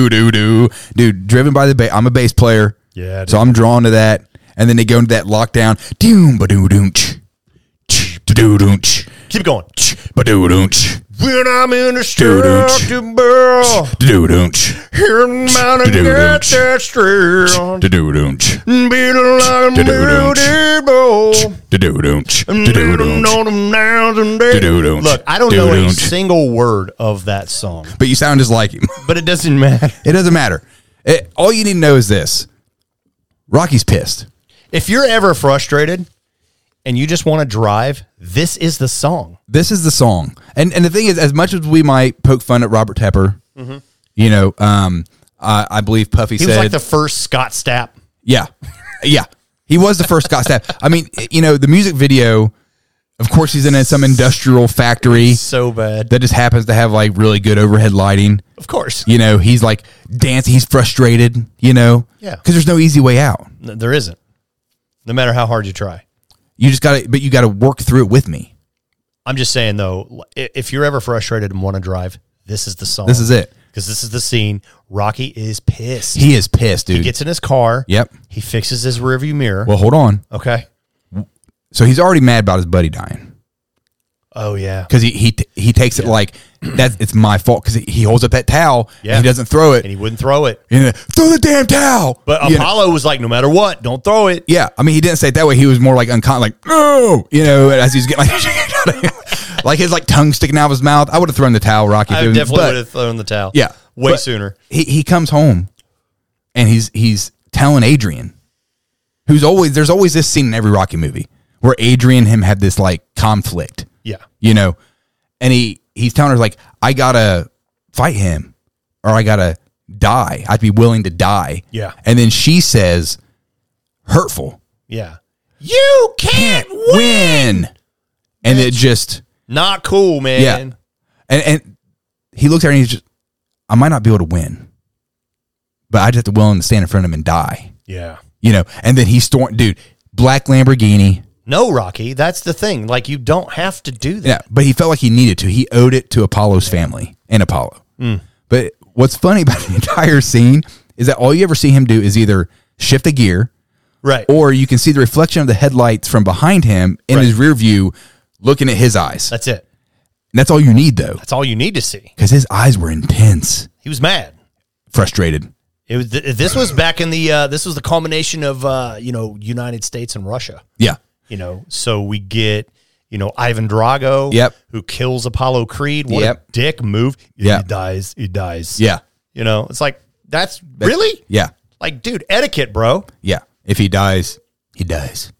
Speaker 2: Dude, driven by the bass. I'm a bass player.
Speaker 1: Yeah, dude.
Speaker 2: So I'm drawn to that. And then they go into that lockdown. Doom ba doo doom ch. Ba doo doom ch.
Speaker 1: keep going.
Speaker 2: Ba doo doom ch.
Speaker 1: When I'm in the
Speaker 2: Doo-doo-ch.
Speaker 1: to barrel,
Speaker 2: Doo doom ch.
Speaker 1: hearing my
Speaker 2: Doo-doo-ch.
Speaker 1: street,
Speaker 2: Doo doom ch.
Speaker 1: beating like a
Speaker 2: Doo-doo-ch.
Speaker 1: beautiful.
Speaker 2: Doo doom ch.
Speaker 1: Mm.
Speaker 2: Doo doom ch.
Speaker 1: On them now today.
Speaker 2: Doo-doo-ch.
Speaker 1: Look, I don't know a
Speaker 2: Doo-doo-ch.
Speaker 1: single word of that song,
Speaker 2: But you sound just like him.
Speaker 1: but it doesn't matter.
Speaker 2: It doesn't matter. It, all you need to know is this: Rocky's pissed.
Speaker 1: If you're ever frustrated and you just want to drive, this is the song.
Speaker 2: This is the song, and and the thing is, as much as we might poke fun at Robert Tepper, you know, um, I, I believe Puffy
Speaker 1: He
Speaker 2: said,
Speaker 1: was like the first Scott Stapp.
Speaker 2: yeah, yeah, he was the first Scott Stapp. I mean, you know, the music video. Of course, he's in some industrial factory
Speaker 1: So bad.
Speaker 2: that just happens to have like really good overhead lighting.
Speaker 1: of course.
Speaker 2: You know, he's like dancing. He's frustrated. You know,
Speaker 1: Yeah.
Speaker 2: because there's no easy way out.
Speaker 1: N- There isn't. No matter how hard you try.
Speaker 2: You just got to, but you got to work through it with me.
Speaker 1: I'm just saying though, i- if you're ever frustrated and want to drive, this is the song.
Speaker 2: This is it.
Speaker 1: because this is the scene. Rocky is pissed. He
Speaker 2: He is pissed, dude.
Speaker 1: gets in his car.
Speaker 2: Yep.
Speaker 1: He fixes his rearview mirror.
Speaker 2: well, hold on.
Speaker 1: okay.
Speaker 2: So he's already mad about his buddy dying.
Speaker 1: Oh yeah.
Speaker 2: because he he, he takes it like that. It's my fault because he, he holds up that towel.
Speaker 1: Yeah.
Speaker 2: and he doesn't throw it.
Speaker 1: And he wouldn't throw it.
Speaker 2: And then, throw the damn towel.
Speaker 1: But
Speaker 2: You know?
Speaker 1: Apollo was like, no matter what, don't throw it.
Speaker 2: Yeah, I mean, he didn't say it that way. He was more like uncon, like no, you know, as he's getting like, like his like tongue sticking out of his mouth. I would have thrown the towel, Rocky.
Speaker 1: I
Speaker 2: dude,
Speaker 1: definitely
Speaker 2: but
Speaker 1: would have thrown the towel.
Speaker 2: Yeah,
Speaker 1: Way
Speaker 2: but
Speaker 1: sooner.
Speaker 2: He he comes home, and he's he's telling Adrian, who's always there's always this scene in every Rocky movie where Adrian and him have this like conflict
Speaker 1: Yeah.
Speaker 2: you know and he he's telling her like i gotta fight him or i gotta die i'd be willing to die
Speaker 1: Yeah.
Speaker 2: and then she says hurtful
Speaker 1: Yeah.
Speaker 2: you can't win and it just
Speaker 1: Not cool, man.
Speaker 2: Yeah. and, and he looks at her and he's just i might not be able to win but i just have to willing to stand in front of him and die
Speaker 1: Yeah.
Speaker 2: you know and then he storm dude black lamborghini
Speaker 1: No, Rocky. That's the thing. Like you don't have to do that.
Speaker 2: Yeah, but he felt like he needed to. He owed it to Apollo's family and Apollo. But what's funny about the entire scene is that all you ever see him do is either shift a gear
Speaker 1: Right.
Speaker 2: or you can see the reflection of the headlights from behind him in his rear view looking at his eyes. And
Speaker 1: That's it.
Speaker 2: that's all you need though,
Speaker 1: That's all you need to see.
Speaker 2: because his eyes were intense,
Speaker 1: He was mad.
Speaker 2: frustrated.
Speaker 1: It was. th- This was back in the. Uh, this was the culmination of uh, you know United States and Russia.
Speaker 2: Yeah.
Speaker 1: You know, so we get you know Ivan Drago.
Speaker 2: Yep.
Speaker 1: Who kills Apollo Creed? What
Speaker 2: Yep.
Speaker 1: a dick move.
Speaker 2: Yeah.
Speaker 1: He dies. He dies.
Speaker 2: Yeah.
Speaker 1: You know, it's like that's really
Speaker 2: Yeah.
Speaker 1: like, dude, etiquette, bro.
Speaker 2: Yeah. If he dies, he dies.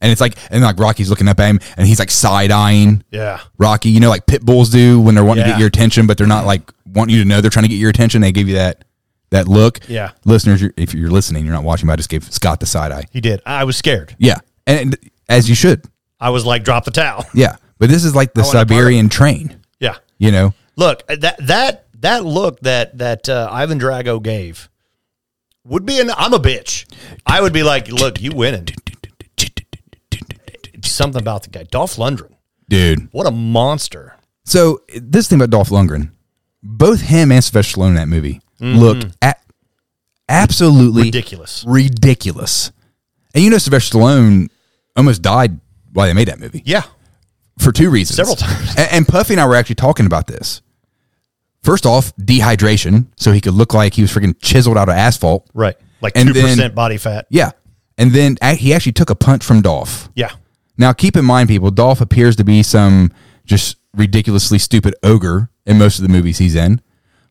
Speaker 2: And it's like and like Rocky's looking up at him and he's like side eyeing.
Speaker 1: Yeah.
Speaker 2: Rocky, you know, like pit bulls do when they're wanting to
Speaker 1: Yeah.
Speaker 2: get your attention, but they're not like wanting you to know they're trying to get your attention. They give you that that look.
Speaker 1: Yeah.
Speaker 2: listeners, you're, if you're listening, you're not watching. But I just gave Scott the side eye.
Speaker 1: He did. I was scared.
Speaker 2: Yeah, and as you should.
Speaker 1: I was like, drop the towel.
Speaker 2: Yeah, but this is like the
Speaker 1: want a
Speaker 2: Siberian train.
Speaker 1: Yeah.
Speaker 2: You know,
Speaker 1: Look, that that that look that that uh, Ivan Drago gave would be an I'm a bitch. I would be like, look, you winning. Something about the guy, Dolph Lundgren.
Speaker 2: dude.
Speaker 1: What a monster.
Speaker 2: So this thing about Dolph Lundgren, both him and Sylvester Stallone in that movie looked at absolutely
Speaker 1: Mm-hmm. Ridiculous.
Speaker 2: ridiculous. And you know, Sylvester Stallone almost died while they made that movie.
Speaker 1: Yeah.
Speaker 2: for two reasons.
Speaker 1: Several times.
Speaker 2: And, and Puffy and I were actually talking about this. First off, dehydration, so he could look like he was freaking chiseled out of asphalt.
Speaker 1: Right. Like
Speaker 2: And
Speaker 1: two
Speaker 2: then-
Speaker 1: percent body fat.
Speaker 2: Yeah. And then a- he actually took a punch from Dolph.
Speaker 1: Yeah.
Speaker 2: Now, keep in mind, people, Dolph appears to be some just ridiculously stupid ogre in most of the movies he's in.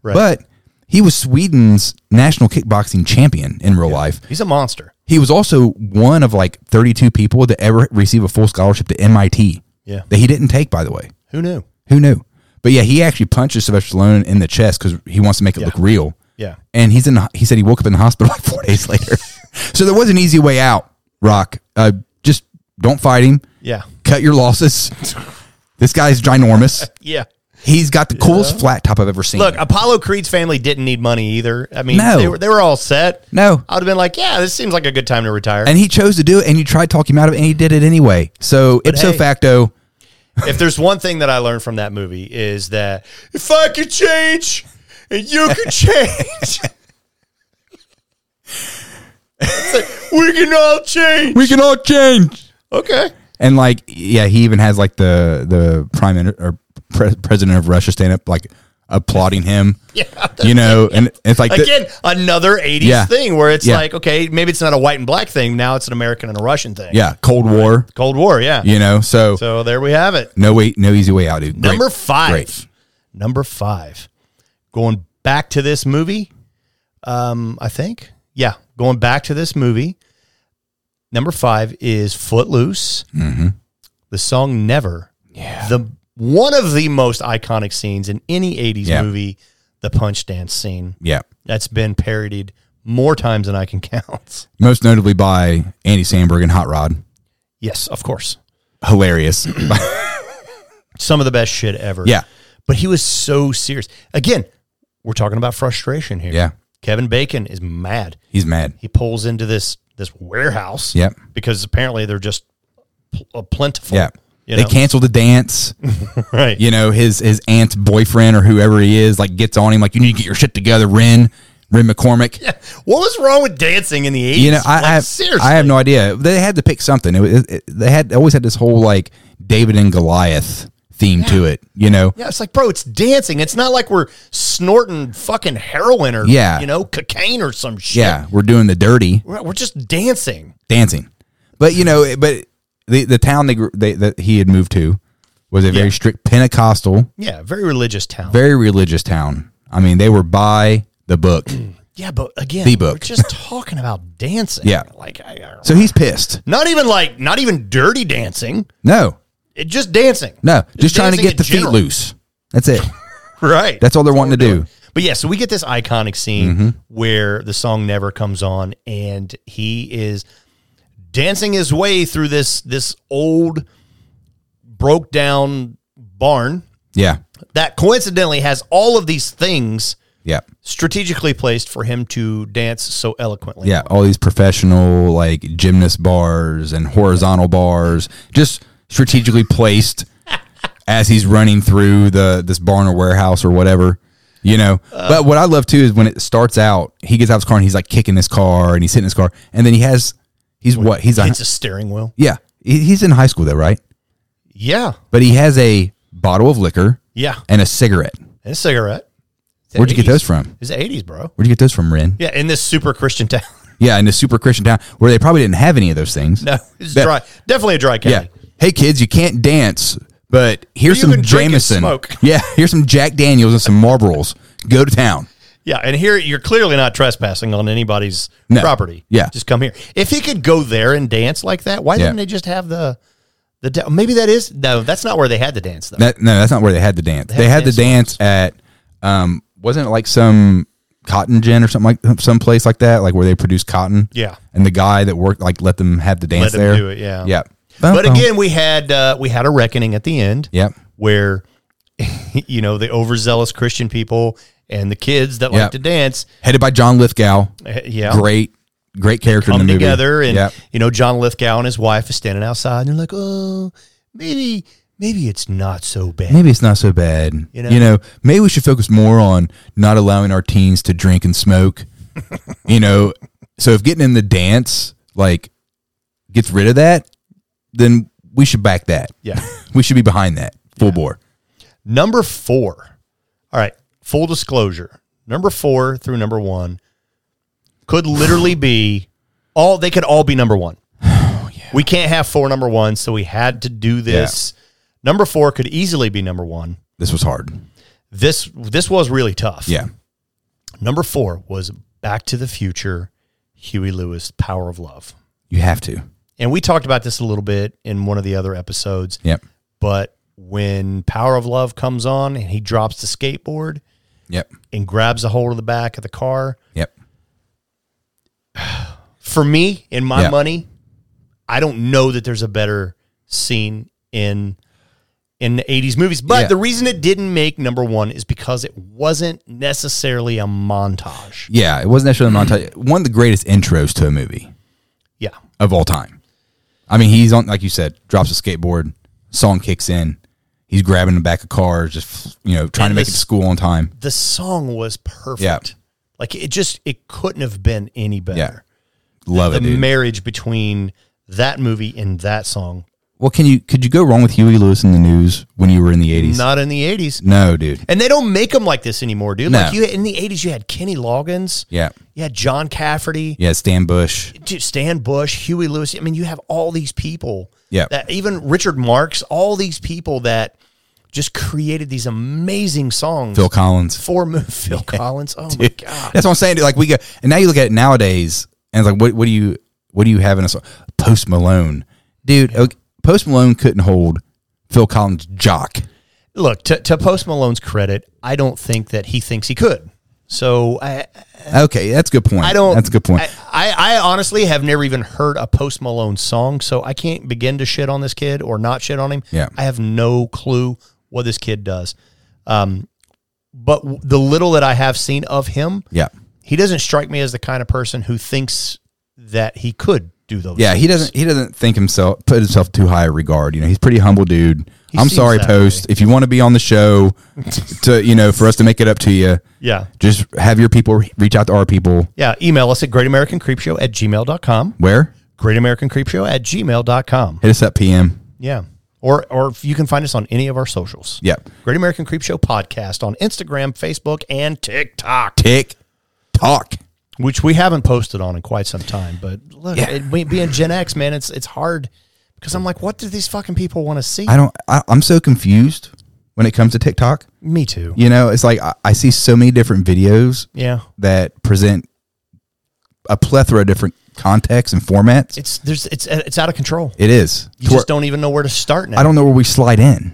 Speaker 1: Right.
Speaker 2: But he was Sweden's national kickboxing champion in real life.
Speaker 1: He's a monster.
Speaker 2: He was also one of like 32 people to ever receive a full scholarship to MIT.
Speaker 1: Yeah.
Speaker 2: That he didn't take, by the way.
Speaker 1: Who knew?
Speaker 2: Who knew? But yeah, he actually punches Sylvester Stallone in the chest because he wants to make it look real.
Speaker 1: Yeah.
Speaker 2: And he's in. The, he said he woke up in the hospital like four days later. so there was an easy way out. Rock, uh, just don't fight him.
Speaker 1: Yeah.
Speaker 2: Cut your losses. this guy's ginormous.
Speaker 1: Yeah.
Speaker 2: He's got the coolest flat top I've ever seen.
Speaker 1: Look, Apollo Creed's family didn't need money either. I mean,
Speaker 2: No.
Speaker 1: they, were, they were all set.
Speaker 2: No.
Speaker 1: I would have been like, yeah, this seems like a good time to retire.
Speaker 2: and he chose to do it, and you tried talking him out of it, and he did it anyway. So ipso
Speaker 1: hey.
Speaker 2: facto,
Speaker 1: if there's one thing that I learned from that movie is that if I could change and you could change, It's like, we can all change.
Speaker 2: we can all change.
Speaker 1: Okay.
Speaker 2: And like, yeah, he even has like the the prime Min- or pre- president of Russia stand up like applauding him.
Speaker 1: Yeah.
Speaker 2: you know, and it's like the-
Speaker 1: Again, another 80s
Speaker 2: Yeah.
Speaker 1: thing where it's
Speaker 2: Yeah.
Speaker 1: like, okay, maybe it's not a white and black thing. Now it's an American and a Russian thing.
Speaker 2: yeah, Cold War.
Speaker 1: Cold War. Yeah.
Speaker 2: You know, so,
Speaker 1: So there we have it.
Speaker 2: no way, no easy way out, dude. Great.
Speaker 1: Number five.
Speaker 2: Great.
Speaker 1: Number five. Going back to this movie, um, I think. Yeah, going back to this movie. Number five is Footloose. The song "Never." Yeah. The one of the most iconic scenes in any '80s
Speaker 2: Yeah.
Speaker 1: movie, the punch dance scene
Speaker 2: yeah,
Speaker 1: that's been parodied more times than I can count.
Speaker 2: most notably by Andy Sandberg and Hot Rod.
Speaker 1: Yes, of course.
Speaker 2: Hilarious.
Speaker 1: Some of the best shit ever.
Speaker 2: yeah,
Speaker 1: But he was so serious. Again, we're talking about frustration here.
Speaker 2: yeah,
Speaker 1: Kevin Bacon is mad.
Speaker 2: he's mad.
Speaker 1: He pulls into this this warehouse.
Speaker 2: Yep.
Speaker 1: Because apparently they're just pl- uh, plentiful.
Speaker 2: Yeah,
Speaker 1: You
Speaker 2: they
Speaker 1: know?
Speaker 2: canceled the dance.
Speaker 1: Right.
Speaker 2: You know, his his aunt's boyfriend or whoever he is like gets on him like you need to get your shit together, Ren. Ren McCormick.
Speaker 1: What was wrong with dancing in the eighties?
Speaker 2: You know, I,
Speaker 1: Like,
Speaker 2: I have
Speaker 1: seriously.
Speaker 2: I have no idea. They had to pick something. It, was- it, they had they always had this whole like David and Goliath theme to it, you know?
Speaker 1: Yeah, it's like, bro, it's dancing. It's not like we're snorting fucking heroin or
Speaker 2: Yeah.
Speaker 1: you know, cocaine or some shit.
Speaker 2: Yeah, we're doing the dirty
Speaker 1: We're, we're just dancing.
Speaker 2: dancing. But, you know, but the, the town they, grew- they, that he had moved to was a very
Speaker 1: Yeah.
Speaker 2: strict Pentecostal,
Speaker 1: Yeah, very religious town.
Speaker 2: very religious town. I mean, they were by the book.
Speaker 1: yeah, but again,
Speaker 2: The book.
Speaker 1: we're just talking about dancing.
Speaker 2: Yeah.
Speaker 1: Like I, I
Speaker 2: So he's pissed.
Speaker 1: not even like not even dirty dancing.
Speaker 2: No,
Speaker 1: It just dancing.
Speaker 2: no, just, trying to
Speaker 1: dancing
Speaker 2: get
Speaker 1: in
Speaker 2: the
Speaker 1: general.
Speaker 2: feet loose. That's it.
Speaker 1: Right.
Speaker 2: That's all they're wanting to do.
Speaker 1: But yeah, so we get this iconic scene
Speaker 2: Mm-hmm.
Speaker 1: where the song never comes on, and he is dancing his way through this this old, broke down barn
Speaker 2: Yeah.
Speaker 1: that coincidentally has all of these things
Speaker 2: Yeah.
Speaker 1: strategically placed for him to dance so eloquently.
Speaker 2: Yeah. All these professional, like gymnast bars and horizontal bars, just strategically placed as he's running through the this barn or warehouse or whatever. You know,
Speaker 1: Uh.
Speaker 2: but what I love too is when it starts out, he gets out of his car and he's like kicking his car and he's hitting his car, and then he has, he's what he's like,
Speaker 1: It's a steering wheel.
Speaker 2: yeah, he, he's in high school though, right?
Speaker 1: Yeah.
Speaker 2: But he has a bottle of liquor
Speaker 1: Yeah.
Speaker 2: and a cigarette.
Speaker 1: And a cigarette. It's the
Speaker 2: Where'd you get
Speaker 1: 80s.
Speaker 2: those from?
Speaker 1: It's the 80s, bro.
Speaker 2: Where'd you get those from, Ren?
Speaker 1: Yeah, in this super Christian town.
Speaker 2: Yeah, in a super Christian town where they probably didn't have any of those things.
Speaker 1: no, it's
Speaker 2: Yeah.
Speaker 1: dry. Definitely a dry county.
Speaker 2: Yeah. Hey kids, you can't dance, but here's
Speaker 1: You
Speaker 2: some
Speaker 1: can drink and
Speaker 2: Jameson.
Speaker 1: smoke.
Speaker 2: Yeah, here's some Jack Daniels and some Marlboros. Go to town.
Speaker 1: Yeah, and here you're clearly not trespassing on anybody's
Speaker 2: No.
Speaker 1: property.
Speaker 2: Yeah.
Speaker 1: just come here. If he could go there and dance like that, why
Speaker 2: Yeah.
Speaker 1: didn't they just have the the da- maybe that is no, that's not where they had the dance though.
Speaker 2: That no, that's not where they had the dance. They had,
Speaker 1: the
Speaker 2: the dance at um wasn't it like some cotton gin or something like some place like that, like where they produce cotton.
Speaker 1: Yeah.
Speaker 2: And the guy that worked like let them have the dance
Speaker 1: them
Speaker 2: there.
Speaker 1: do it, yeah.
Speaker 2: Yeah.
Speaker 1: but again, we had uh, we had a reckoning at the end.
Speaker 2: Yep.
Speaker 1: where you know the overzealous Christian people and the kids that
Speaker 2: Yeah.
Speaker 1: like to dance,
Speaker 2: headed by John Lithgow.
Speaker 1: eh, yeah,
Speaker 2: Great great character in
Speaker 1: come
Speaker 2: the movie.
Speaker 1: together and
Speaker 2: Yep.
Speaker 1: you know John Lithgow and his wife is standing outside and they're like, oh, maybe maybe it's not so bad.
Speaker 2: maybe it's not so bad. You know?
Speaker 1: know?
Speaker 2: maybe we should focus more on not allowing our teens to drink and smoke. you know, so if getting in the dance like gets rid of that, then we should back that.
Speaker 1: Yeah.
Speaker 2: we should be behind that full bore.
Speaker 1: Number four. All right. Full disclosure. Number four through number one could literally be all they could all be number one. We can't have four number one, so we had to do this. Number four could easily be number one.
Speaker 2: This was hard.
Speaker 1: This this was really tough.
Speaker 2: Yeah,
Speaker 1: Number four was Back to the Future, Huey Lewis, Power of Love.
Speaker 2: you have to.
Speaker 1: And we talked about this a little bit in one of the other episodes.
Speaker 2: Yep,
Speaker 1: But when Power of Love comes on and he drops the skateboard,
Speaker 2: yep,
Speaker 1: and grabs a hold of the back of the car.
Speaker 2: yep.
Speaker 1: For me, in my
Speaker 2: Yeah.
Speaker 1: money, I don't know that there's a better scene in in the 80s movies. But
Speaker 2: Yeah.
Speaker 1: the reason it didn't make number one is because it wasn't necessarily a montage.
Speaker 2: Yeah, it wasn't necessarily a montage. One of the greatest intros to a movie
Speaker 1: Yeah.
Speaker 2: of all time. I mean, he's on like you said, drops a skateboard, song kicks in. He's grabbing the back of cars, just you know, trying to
Speaker 1: And
Speaker 2: make it
Speaker 1: this-
Speaker 2: to school on time.
Speaker 1: The song was perfect.
Speaker 2: Yeah.
Speaker 1: Like it just it couldn't have been any better.
Speaker 2: Love
Speaker 1: The
Speaker 2: it, dude.
Speaker 1: marriage between that movie and that song.
Speaker 2: well, can you could you go wrong with Huey Lewis in the news when you were in the eighties?
Speaker 1: Not in the 80s.
Speaker 2: No, dude.
Speaker 1: And they don't make them like this anymore, dude.
Speaker 2: No.
Speaker 1: Like you in the 80s you had Kenny Loggins.
Speaker 2: Yeah,
Speaker 1: You had John Cafferty,
Speaker 2: yeah. Stan Bush.
Speaker 1: dude, Stan Bush, Huey Lewis. I mean, you have all these people.
Speaker 2: Yeah.
Speaker 1: That even Richard Marx, all these people that just created these amazing songs.
Speaker 2: Phil Collins.
Speaker 1: for mo- Phil Collins. Oh my god.
Speaker 2: That's what I'm saying. Dude. Like we go, and now you look at it nowadays, and it's like, what, what do you, what do you have in a song? Post Malone, dude. Okay, Post Malone couldn't hold Phil Collins' jock.
Speaker 1: Look, to, to Post Malone's credit, I don't think that he thinks he could. So I,
Speaker 2: Okay, that's a good point.
Speaker 1: I don't.
Speaker 2: That's a good point.
Speaker 1: I, I, I honestly have never even heard a Post Malone song, so I can't begin to shit on this kid or not shit on him.
Speaker 2: Yeah.
Speaker 1: I have no clue what this kid does. Um, but w- the little that I have seen of him,
Speaker 2: yeah,
Speaker 1: he doesn't strike me as the kind of person who thinks that he could do those.
Speaker 2: yeah. He
Speaker 1: things.
Speaker 2: doesn't. He doesn't think himself put himself too high a regard. You know, he's a pretty humble dude.
Speaker 1: He
Speaker 2: I'm
Speaker 1: seems
Speaker 2: sorry,
Speaker 1: that
Speaker 2: Post. If you want to be on the show, to you know, for us to make it up to you,
Speaker 1: Yeah.
Speaker 2: just have your people re- reach out to our people.
Speaker 1: Yeah. Email us at greatamericancreepshow at gmail.com.
Speaker 2: Where?
Speaker 1: Greatamericancreepshow at gmail.com.
Speaker 2: Hit us up, PM.
Speaker 1: Yeah. or or if you can find us on any of our socials.
Speaker 2: Yep.
Speaker 1: Great American Creep Show podcast on Instagram, Facebook, and TikTok,
Speaker 2: Tick tock.
Speaker 1: which we haven't posted on in quite some time. But look,
Speaker 2: Yeah.
Speaker 1: it, we- being Gen X, man, it's it's hard because I'm like, what do these fucking people want to see?
Speaker 2: I don't. I, I'm so confused when it comes to TikTok.
Speaker 1: Me too.
Speaker 2: You know, it's like I, I see so many different videos
Speaker 1: Yeah.
Speaker 2: that present a plethora of different contexts and formats.
Speaker 1: It's there's it's it's out of control.
Speaker 2: It is.
Speaker 1: You
Speaker 2: To where-
Speaker 1: just don't even know where to start now.
Speaker 2: I don't know where we slide in.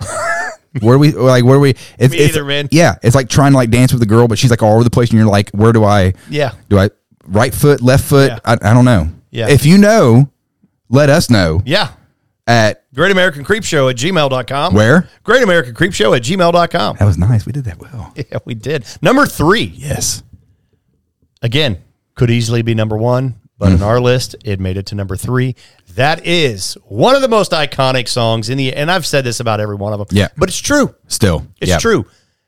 Speaker 2: where we like where we? It's,
Speaker 1: Me
Speaker 2: it's-
Speaker 1: either, man.
Speaker 2: Yeah, it's like trying to like dance with a girl, but she's like all over the place, and you're like, where do I?
Speaker 1: Yeah.
Speaker 2: Do I right foot, left foot?
Speaker 1: Yeah.
Speaker 2: I, I don't know.
Speaker 1: Yeah.
Speaker 2: If you know, let us know
Speaker 1: Yeah.
Speaker 2: at
Speaker 1: Great American Creep Show at gmail.com.
Speaker 2: where.
Speaker 1: Great American Creep Show at gmail.com.
Speaker 2: That was nice. We did that well.
Speaker 1: Yeah, we did. Number three.
Speaker 2: Yes.
Speaker 1: Again, could easily be number one, but
Speaker 2: Mm.
Speaker 1: in our list, it made it to number three. That is one of the most iconic songs in the, and I've said this about every one of them.
Speaker 2: Yeah.
Speaker 1: But it's true.
Speaker 2: Still,
Speaker 1: It's
Speaker 2: Yeah.
Speaker 1: true.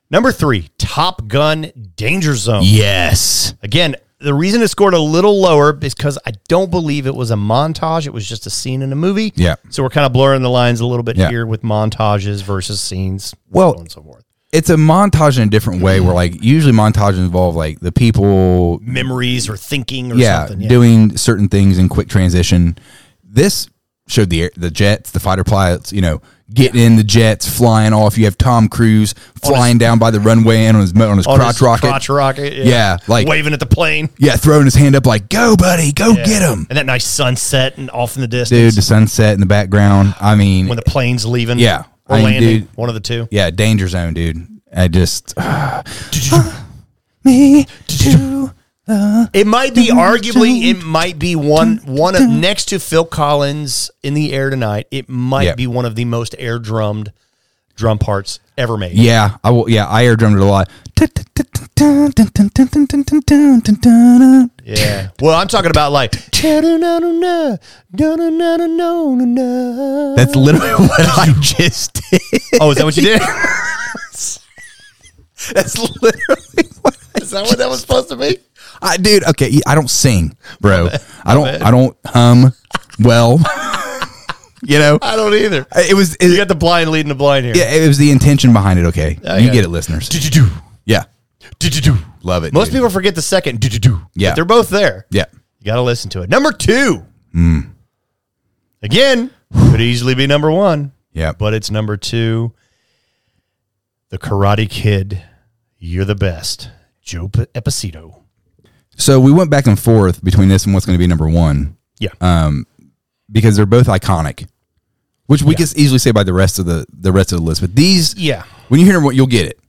Speaker 1: Number three, Top Gun Danger Zone.
Speaker 2: Yes.
Speaker 1: Again, the reason it scored a little lower is because I don't believe it was a montage. It was just a scene in a movie.
Speaker 2: Yeah.
Speaker 1: So we're kind of blurring the lines a little bit
Speaker 2: Yeah.
Speaker 1: here with montages versus scenes.
Speaker 2: Well-
Speaker 1: so on and so forth.
Speaker 2: It's a montage in a different way where like usually montages involve like the people
Speaker 1: Memories or thinking or
Speaker 2: yeah,
Speaker 1: something. Yeah.
Speaker 2: doing certain things in quick transition. This showed the air, the jets, the fighter pilots, you know, getting in the jets, flying off. You have Tom Cruise flying down by the runway and on his mo- on his
Speaker 1: On
Speaker 2: crotch
Speaker 1: his
Speaker 2: rocket.
Speaker 1: Crotch rocket. Yeah.
Speaker 2: Yeah, like-
Speaker 1: waving at the plane.
Speaker 2: Yeah, throwing his hand up like, "Go, buddy, go
Speaker 1: Yeah.
Speaker 2: get him."
Speaker 1: And that nice sunset and off in the
Speaker 2: Mm. Dude,
Speaker 1: distance
Speaker 2: the sunset in the background. I mean,
Speaker 1: when the plane's leaving.
Speaker 2: Yeah.
Speaker 1: Or
Speaker 2: I mean,
Speaker 1: landing.
Speaker 2: dude.
Speaker 1: one of the two.
Speaker 2: yeah, danger zone, dude. I just me too.
Speaker 1: It might be arguably it might be one one of next to Phil Collins in the air tonight. It might
Speaker 2: Yeah.
Speaker 1: be one of the most air drummed drum parts ever made.
Speaker 2: Yeah, I will. Yeah, I air drummed it a lot.
Speaker 1: Yeah. Well, I'm talking about like
Speaker 2: That's literally what I just did.
Speaker 1: Oh, is that what you did?
Speaker 2: That's literally what I,
Speaker 1: is that what that was supposed to be?
Speaker 2: I dude. Okay, I don't sing, bro. I don't. I don't hum well. you know,
Speaker 1: I don't either.
Speaker 2: it was.
Speaker 1: You
Speaker 2: It,
Speaker 1: got the blind leading the blind here.
Speaker 2: yeah, it was the intention behind it. Okay, you
Speaker 1: yeah.
Speaker 2: get it, listeners.
Speaker 1: Do do
Speaker 2: Yeah,
Speaker 1: do do do.
Speaker 2: love it.
Speaker 1: Most
Speaker 2: dude.
Speaker 1: people forget the second do do do.
Speaker 2: Yeah.
Speaker 1: They're both there.
Speaker 2: Yeah,
Speaker 1: You got to listen to it. Number two.
Speaker 2: Hmm.
Speaker 1: Again, could easily be number one,
Speaker 2: yeah.
Speaker 1: but it's number two. The Karate Kid, You're the Best, Joe P- Epicito.
Speaker 2: So we went back and forth between this and what's going to be number one.
Speaker 1: Yeah.
Speaker 2: Uh. because they're both iconic, which we could easily say about the rest of the the rest of the list. But these,
Speaker 1: yeah.
Speaker 2: when you hear them, you'll get it.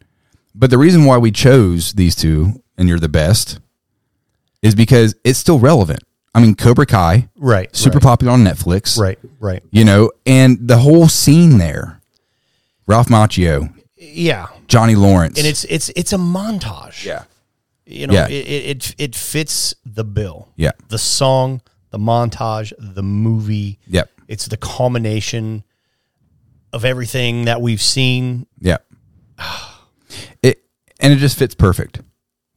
Speaker 2: But the reason why we chose these two, and you're the best, is because it's still relevant. I mean, Cobra Kai,
Speaker 1: Right.
Speaker 2: super popular on Netflix,
Speaker 1: Right. Right.
Speaker 2: You know, and the whole scene there, Ralph Macchio,
Speaker 1: Yeah.
Speaker 2: Johnny Lawrence,
Speaker 1: And it's it's it's a montage.
Speaker 2: yeah,
Speaker 1: You know,
Speaker 2: Yeah.
Speaker 1: it, it it it fits the bill.
Speaker 2: Yeah.
Speaker 1: The song, the montage, the movie.
Speaker 2: Yep.
Speaker 1: It's the culmination of everything that we've seen
Speaker 2: yeah. It and it just fits perfect.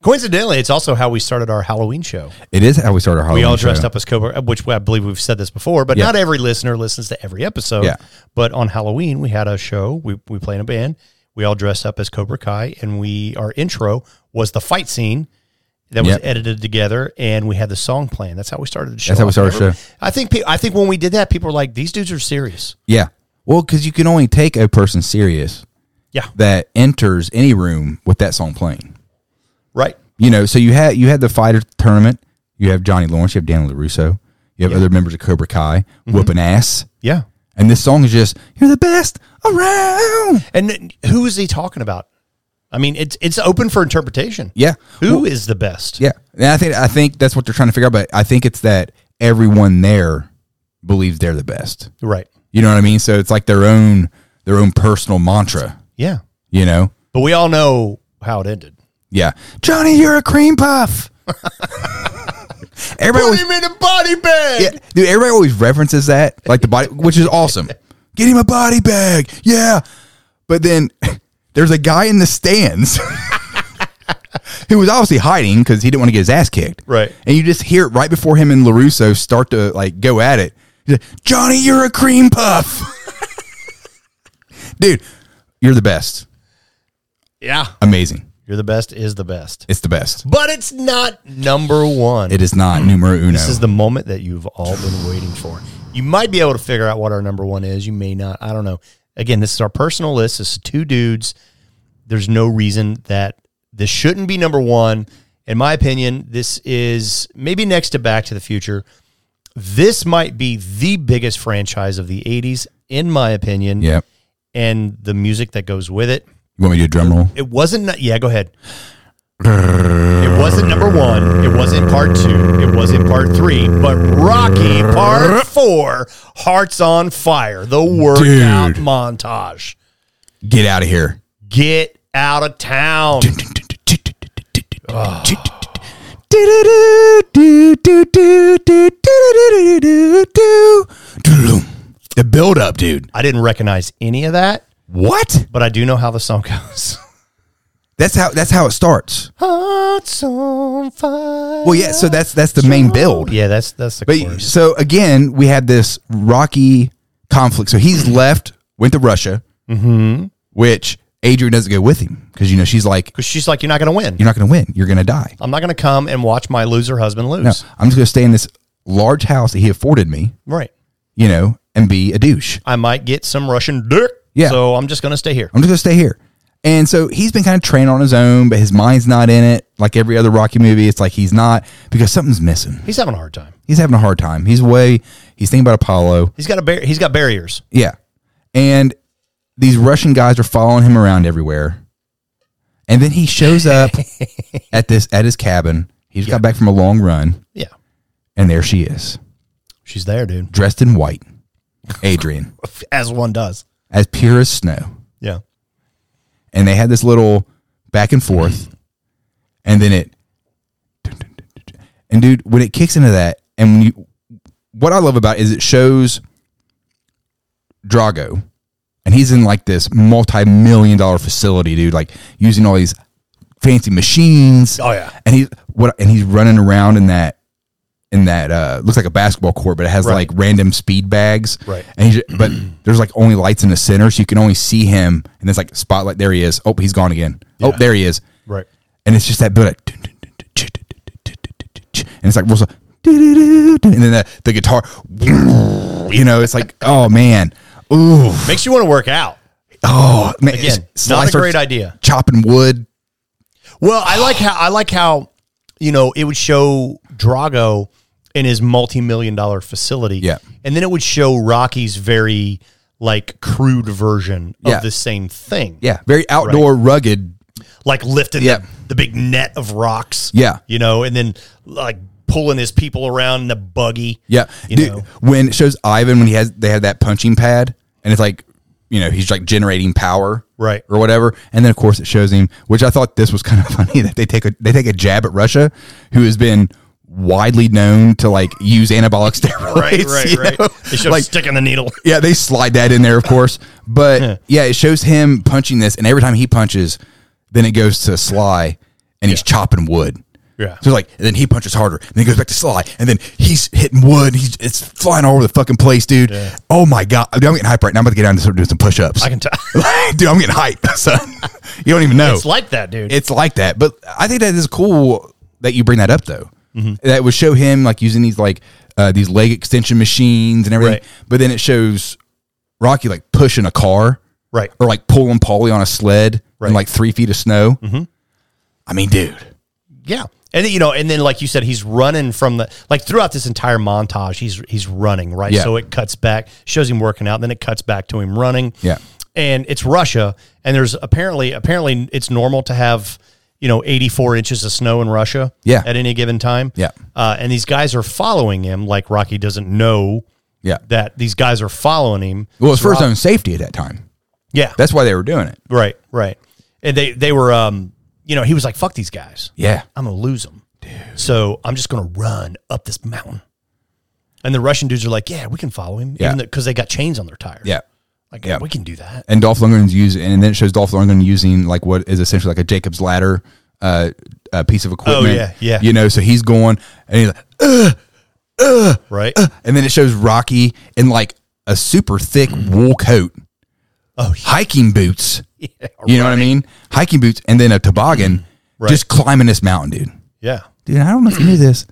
Speaker 1: Coincidentally, it's also how we started our Halloween show.
Speaker 2: It is how Oh, we started our Halloween.
Speaker 1: we all dressed
Speaker 2: show.
Speaker 1: up as Cobra, uh, which I believe we've said this before, but
Speaker 2: Yeah.
Speaker 1: not every listener listens to every episode.
Speaker 2: Yeah.
Speaker 1: But on Halloween, we had a show. We, we played in a band. We all dressed up as Cobra Kai, and we our intro was the fight scene that was
Speaker 2: Yep.
Speaker 1: edited together, and we had the song playing. That's how we started the show.
Speaker 2: That's how we started the
Speaker 1: Remember?
Speaker 2: show.
Speaker 1: I think pe- I think when we did that, people were like, "These dudes are serious."
Speaker 2: Yeah. Well, because you can only take a person serious
Speaker 1: Yeah.
Speaker 2: that enters any room with that song playing.
Speaker 1: Right.
Speaker 2: You know, so you had you had the fighter tournament. You have Johnny Lawrence. You have Daniel Larusso. You have other members of Cobra Kai whooping ass.
Speaker 1: Yeah.
Speaker 2: And this song is just "You're the best around."
Speaker 1: And then who is he talking about? I mean, it's it's open for interpretation.
Speaker 2: Yeah,
Speaker 1: Who is the best?
Speaker 2: yeah. And I think I think that's what they're trying to figure out. But I think it's that everyone there believes they're the best.
Speaker 1: Right.
Speaker 2: You know what I mean? So it's like their own their own personal mantra.
Speaker 1: Yeah.
Speaker 2: You know?
Speaker 1: But we all know how it ended.
Speaker 2: Yeah, Johnny, you're a cream puff. everybody always,
Speaker 1: in a body bag.
Speaker 2: yeah, dude, everybody always references that, like the body, which is awesome. Get him a body bag, yeah. But then there's a guy in the stands who was obviously hiding because he didn't want to get his ass kicked,
Speaker 1: Right.
Speaker 2: And you just hear it right before him and Larusso start to like go at it. He's like, Johnny, you're a cream puff. dude, you're the best.
Speaker 1: Yeah.
Speaker 2: Amazing.
Speaker 1: You're the best is the best.
Speaker 2: It's the best.
Speaker 1: But it's not number one.
Speaker 2: It is not numero uno.
Speaker 1: This is the moment that you've all been waiting for. You might be able to figure out what our number one is. You may not. I don't know. Again, this is our personal list. This is two dudes. There's no reason that this shouldn't be number one. In my opinion, this is maybe next to Back to the Future. This might be the biggest franchise of the 80s, in my opinion,
Speaker 2: yep.
Speaker 1: and the music that goes with it.
Speaker 2: You want me to do a drum roll?
Speaker 1: It wasn't. nu- Yeah, go ahead. It wasn't number one. It wasn't part two. It wasn't part three. But Rocky Part Four, Hearts on Fire, the workout
Speaker 2: Dude.
Speaker 1: montage.
Speaker 2: Get out of here.
Speaker 1: Get out of town.
Speaker 2: The build up, dude.
Speaker 1: I didn't recognize any of that,
Speaker 2: What?
Speaker 1: but I do know how the song goes.
Speaker 2: That's how that's how it starts.
Speaker 1: Hearts on fire.
Speaker 2: Well, yeah, so that's that's the main build.
Speaker 1: yeah, that's that's the
Speaker 2: But
Speaker 1: chorus.
Speaker 2: so again, we had this rocky conflict. So he's left, went to Russia, which Adrian doesn't go with him because you know she's like,
Speaker 1: Because she's like, "You're not going to win.
Speaker 2: "You're not going to win. You're going to die."
Speaker 1: I'm not going to come and watch my loser husband lose."
Speaker 2: No, I'm just going to stay in this large house that he afforded me,
Speaker 1: Right.
Speaker 2: you know, and be a douche.
Speaker 1: I might get some Russian dick.
Speaker 2: Yeah.
Speaker 1: So I'm just going to stay here.
Speaker 2: I'm just going to stay here. And so he's been kind of trained on his own, but his mind's not in it. Like every other Rocky movie, it's like he's not because something's missing.
Speaker 1: He's having a hard time.
Speaker 2: He's having a hard time. He's away. He's thinking about Apollo.
Speaker 1: He's got a bar- he's got barriers.
Speaker 2: Yeah. And these Russian guys are following him around everywhere. And then he shows up at this at his cabin. He just got back from a long run,
Speaker 1: Yeah.
Speaker 2: and there she is,
Speaker 1: She's there, dude.
Speaker 2: dressed in white. Adrian,
Speaker 1: As one does.
Speaker 2: as pure as snow.
Speaker 1: Yeah.
Speaker 2: And they had this little back and
Speaker 1: Mm-hmm.
Speaker 2: forth. And then it and dude, when it kicks into that, and when you what I love about it is it shows Drago, and he's in like this multi-million dollar facility, dude, like using all these fancy machines.
Speaker 1: Oh, yeah.
Speaker 2: and he's what, and he's running around in that in that uh looks like a basketball court, but it has
Speaker 1: Right.
Speaker 2: like random speed bags,
Speaker 1: Right.
Speaker 2: And he's, but there's like only lights in the center, so you can only see him, and there's like spotlight. There he is. Oh, he's gone again. Oh, there he is
Speaker 1: Right.
Speaker 2: and it's just that build up. and it's like real slow. and then the, the guitar you know it's like oh man ooh
Speaker 1: Makes you want to work out.
Speaker 2: oh man
Speaker 1: Again,
Speaker 2: It's-
Speaker 1: not a
Speaker 2: starts
Speaker 1: great idea.
Speaker 2: chopping wood
Speaker 1: Well, I like how I like how you know it would show Drago in his multi-million dollar facility.
Speaker 2: Yeah.
Speaker 1: And then it would show Rocky's very like crude version of
Speaker 2: Yeah.
Speaker 1: the same thing.
Speaker 2: yeah very outdoor rugged
Speaker 1: Like lifting
Speaker 2: Yeah.
Speaker 1: the, the big net of rocks.
Speaker 2: Yeah.
Speaker 1: You know, and then like pulling his people around in the buggy.
Speaker 2: yeah
Speaker 1: You
Speaker 2: Dude,
Speaker 1: know.
Speaker 2: when it shows Ivan when he has they have that punching pad and it's like you know he's like generating power
Speaker 1: Right.
Speaker 2: or whatever and then of course it shows him which I thought this was kind of funny that they take a they take a jab at Russia who has been widely known to like use anabolic steroids
Speaker 1: Right, right,
Speaker 2: you
Speaker 1: right.
Speaker 2: know?
Speaker 1: They show
Speaker 2: Like,
Speaker 1: sticking the needle.
Speaker 2: Yeah, they slide that in there, of course. But yeah, it shows him punching this, and every time he punches, then it goes to Sly, and he's chopping wood.
Speaker 1: Yeah.
Speaker 2: So like, and then he punches harder, and then it goes back to Sly, and then he's hitting wood. and He's it's flying all over the fucking place, dude. Oh my god, Dude, I'm getting hype right now. I'm about to get down and start doing some push-ups.
Speaker 1: I can tell.
Speaker 2: dude, I'm getting hype, son. you don't even know
Speaker 1: It's like that, dude.
Speaker 2: it's like that. But I think that is cool that you bring that up though.
Speaker 1: Mm-hmm.
Speaker 2: That would show him like using these like uh, these leg extension machines and everything.
Speaker 1: Right.
Speaker 2: But then it shows Rocky like pushing a car
Speaker 1: right.
Speaker 2: or like pulling Polly on a sled
Speaker 1: Right. Mm-hmm.
Speaker 2: in like three feet of snow. I mean, dude,
Speaker 1: Yeah. And then, you know, and then like you said, he's running from the like throughout this entire montage, he's he's running, right?
Speaker 2: Yeah.
Speaker 1: So it cuts back, shows him working out, then it cuts back to him running.
Speaker 2: Yeah.
Speaker 1: And it's Russia, and there's apparently apparently it's normal to have you know 84 inches of snow in Russia.
Speaker 2: Yeah.
Speaker 1: At any given time.
Speaker 2: Yeah.
Speaker 1: Uh, and these guys are following him, like Rocky doesn't know
Speaker 2: yeah.
Speaker 1: that these guys are following him.
Speaker 2: well, it's first own safety at that time.
Speaker 1: Yeah.
Speaker 2: That's why they were doing it.
Speaker 1: Right, right. And they they were um you know, he was like fuck these guys.
Speaker 2: Yeah.
Speaker 1: I'm going to lose them. So, I'm just going to run up this mountain. And the Russian dudes are like, "Yeah, we can follow him."
Speaker 2: Yeah.
Speaker 1: Even cuz they got chains on their tires.
Speaker 2: Yeah.
Speaker 1: Like,
Speaker 2: yeah.
Speaker 1: we can do that.
Speaker 2: and Dolph Lundgren's using, and then it shows Dolph Lundgren using like what is essentially like a Jacob's ladder, uh, a piece of equipment.
Speaker 1: Oh, yeah, yeah.
Speaker 2: You know, so he's going, and he's like,
Speaker 1: Right?
Speaker 2: Uh. and then it shows Rocky in like a super thick wool coat
Speaker 1: Oh, yeah.
Speaker 2: hiking boots. you know what I mean? Hiking boots and then a toboggan
Speaker 1: Right.
Speaker 2: just climbing this mountain, dude.
Speaker 1: Yeah.
Speaker 2: Dude, I don't know if you knew this.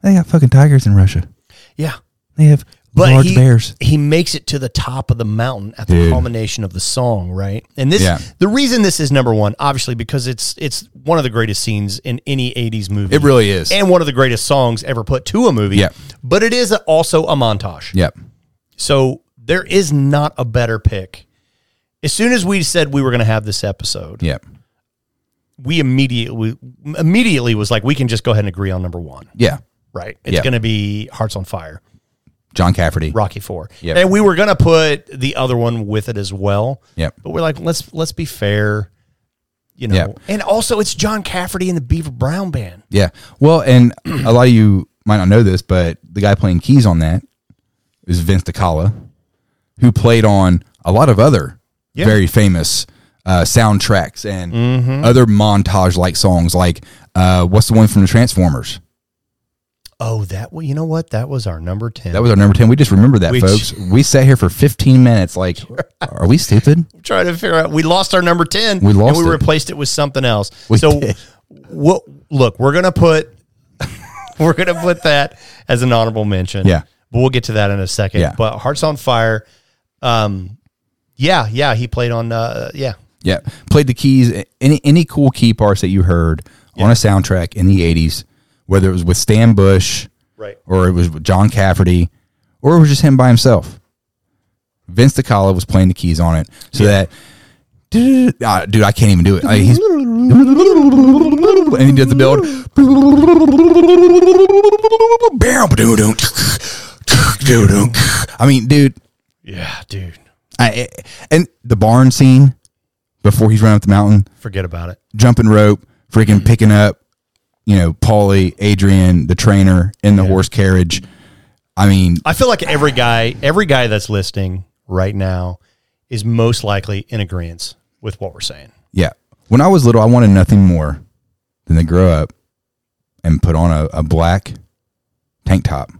Speaker 2: They got fucking tigers in Russia.
Speaker 1: Yeah.
Speaker 2: They have
Speaker 1: But
Speaker 2: large
Speaker 1: he,
Speaker 2: bears.
Speaker 1: he makes it to the top of the mountain at the
Speaker 2: Dude.
Speaker 1: culmination of the song, right? And this
Speaker 2: Yeah.
Speaker 1: the reason this is number one, obviously, because it's it's one of the greatest scenes in any '80s movie.
Speaker 2: It really is.
Speaker 1: and one of the greatest songs ever put to a movie.
Speaker 2: Yeah.
Speaker 1: But it is also a montage.
Speaker 2: yep.
Speaker 1: So there is not a better pick. As soon as we said we were going to have this episode,
Speaker 2: Yep.
Speaker 1: we immediately immediately was like, we can just go ahead and agree on number one,
Speaker 2: Yeah.
Speaker 1: right? It's
Speaker 2: Yeah.
Speaker 1: going to be Hearts on Fire,
Speaker 2: John Cafferty.
Speaker 1: Rocky Four,
Speaker 2: Yep.
Speaker 1: and we were going to put the other one with it as well.
Speaker 2: Yep.
Speaker 1: But we're like, let's let's be fair, you know.
Speaker 2: Yep.
Speaker 1: And also, it's John Cafferty and the Beaver Brown Band.
Speaker 2: Yeah. Well, and a lot of you might not know this, but the guy playing keys on that is Vince DiCala, who played on a lot of other
Speaker 1: Yeah.
Speaker 2: very famous uh, soundtracks and other montage like songs. Like, uh, what's the one from the Transformers?
Speaker 1: Oh, that well, you know what? That was our number ten.
Speaker 2: That was our number 10. We just remember that,
Speaker 1: We-
Speaker 2: folks. we sat here for 15 minutes, like, are we stupid?
Speaker 1: trying to figure out. We lost our number ten.
Speaker 2: We lost
Speaker 1: and we
Speaker 2: it.
Speaker 1: replaced it with something else.
Speaker 2: We
Speaker 1: so,
Speaker 2: did.
Speaker 1: what? Look, we're gonna put we're gonna put that as an honorable mention.
Speaker 2: Yeah.
Speaker 1: but we'll get to that in a second.
Speaker 2: Yeah.
Speaker 1: But Hearts on Fire, um, yeah, yeah, he played on. Uh, yeah,
Speaker 2: Yeah, played the keys. Any any cool key parts that you heard on a soundtrack in the '80s, whether it was with Stan Bush,
Speaker 1: Right.
Speaker 2: or it was with John Cafferty, or it was just him by himself. Vince DiCala was playing the keys on it, so that dude, ah, dude, I can't even do it. Like, he's, and he did the build. I mean, dude,
Speaker 1: yeah, dude,
Speaker 2: I, and the barn scene before he's running up the mountain,
Speaker 1: forget about it.
Speaker 2: jumping rope, freaking picking up, you know, Paulie, Adrian, the trainer in the horse carriage. I mean,
Speaker 1: I feel like every guy, every guy that's listening right now, is most likely in agreement with what we're saying.
Speaker 2: yeah. When I was little, I wanted nothing more than to grow up and put on a, a black tank top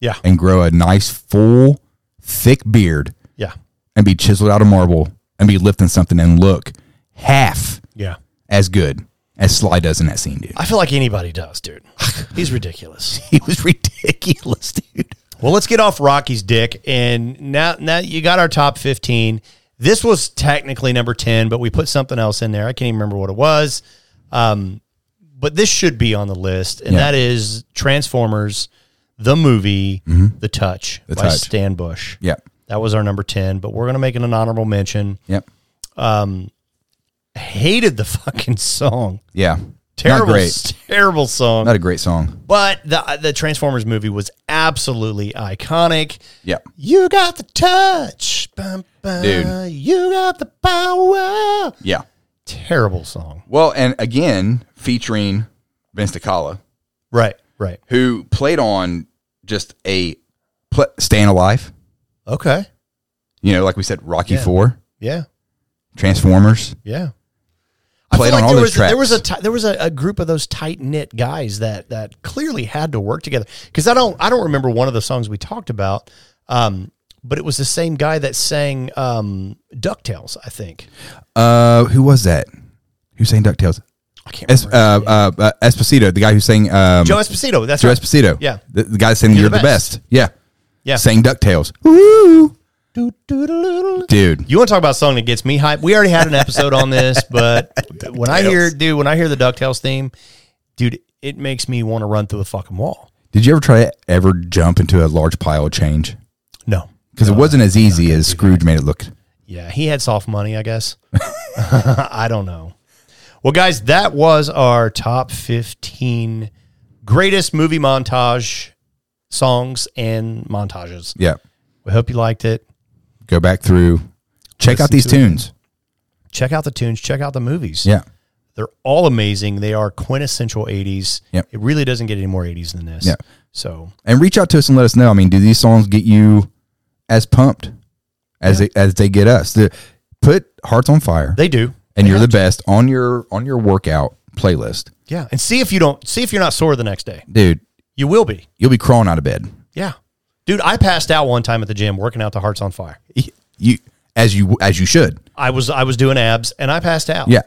Speaker 1: Yeah,
Speaker 2: and grow a nice, full, thick beard
Speaker 1: yeah,
Speaker 2: and be chiseled out of marble and be lifting something and look half
Speaker 1: yeah.
Speaker 2: as good as Sly does in that scene, dude.
Speaker 1: I feel like anybody does, dude. He's ridiculous.
Speaker 2: He was ridiculous, dude.
Speaker 1: Well, let's get off Rocky's dick, and now now you got our top fifteen. This was technically number ten, but we put something else in there. I can't even remember what it was. Um, but this should be on the list, and
Speaker 2: Yeah.
Speaker 1: that is Transformers, the movie, The Touch
Speaker 2: Mm-hmm. The
Speaker 1: by
Speaker 2: Touch.
Speaker 1: Stan Bush.
Speaker 2: Yep.
Speaker 1: That was our number ten, but we're gonna make it an honorable mention.
Speaker 2: Yep.
Speaker 1: Hated the fucking song.
Speaker 2: Yeah.
Speaker 1: Terrible,
Speaker 2: Not great.
Speaker 1: terrible song.
Speaker 2: Not a great song.
Speaker 1: but the the Transformers movie was absolutely iconic.
Speaker 2: Yep.
Speaker 1: You got the touch. Bum, bum.
Speaker 2: Dude.
Speaker 1: You got the power.
Speaker 2: Yeah.
Speaker 1: Terrible song.
Speaker 2: Well, and again, featuring Vince DiCala,
Speaker 1: Right, right.
Speaker 2: who played on just a pl- Staying Alive,
Speaker 1: Okay.
Speaker 2: you know, like we said, Rocky
Speaker 1: Yeah.
Speaker 2: Four,
Speaker 1: Yeah,
Speaker 2: Transformers.
Speaker 1: yeah.
Speaker 2: Played on all
Speaker 1: there
Speaker 2: those
Speaker 1: was, There was a
Speaker 2: tracks.
Speaker 1: ti- there was a, a group of those tight knit guys that that clearly had to work together because I don't I don't remember one of the songs we talked about, um, but it was the same guy that sang um, Ducktales. I think
Speaker 2: Uh, who was that? Who sang DuckTales?
Speaker 1: I can't
Speaker 2: Es-
Speaker 1: remember.
Speaker 2: uh, uh, uh, Esposito, the guy who sang um,
Speaker 1: Joe Esposito. That's
Speaker 2: Joe
Speaker 1: right.
Speaker 2: Esposito.
Speaker 1: Yeah.
Speaker 2: The, the guy saying You're, the, best. Yeah.
Speaker 1: Yeah.
Speaker 2: Sang DuckTales. Woo!
Speaker 1: Doo-doo-doo-doo-doo.
Speaker 2: Dude.
Speaker 1: You want to talk about a song that gets me hyped? We already had an episode on this, but when I hear, dude, when I hear the Ducktales theme, dude, it makes me want to run through a fucking wall.
Speaker 2: Did you ever try to ever jump into a large pile of change?
Speaker 1: No,
Speaker 2: Because it wasn't as easy as Scrooge made it look.
Speaker 1: yeah, he had soft money, I guess. I don't know. Well, guys, that was our top fifteen greatest movie montage songs and montages.
Speaker 2: Yeah.
Speaker 1: We hope you liked it.
Speaker 2: Go back through. Check out
Speaker 1: Listen
Speaker 2: these
Speaker 1: to it.
Speaker 2: tunes.
Speaker 1: Check out the tunes. Check out the movies.
Speaker 2: Yeah.
Speaker 1: They're all amazing. They are quintessential 80s.
Speaker 2: Yep.
Speaker 1: It really doesn't get any more 80s than this.
Speaker 2: Yeah.
Speaker 1: So,
Speaker 2: And reach out to us and let us know. I mean, do these songs get you as pumped as they, as they get us? The, put Hearts on Fire
Speaker 1: They do.
Speaker 2: and You're the Best on your on your workout playlist.
Speaker 1: Yeah. And see if you don't see if you're not sore the next day.
Speaker 2: Dude,
Speaker 1: You will be.
Speaker 2: you'll be crawling out of bed.
Speaker 1: Yeah. Dude, I passed out one time at the gym working out to Hearts on Fire.
Speaker 2: You as you as you should.
Speaker 1: I was I was doing abs and I passed out.
Speaker 2: Yeah.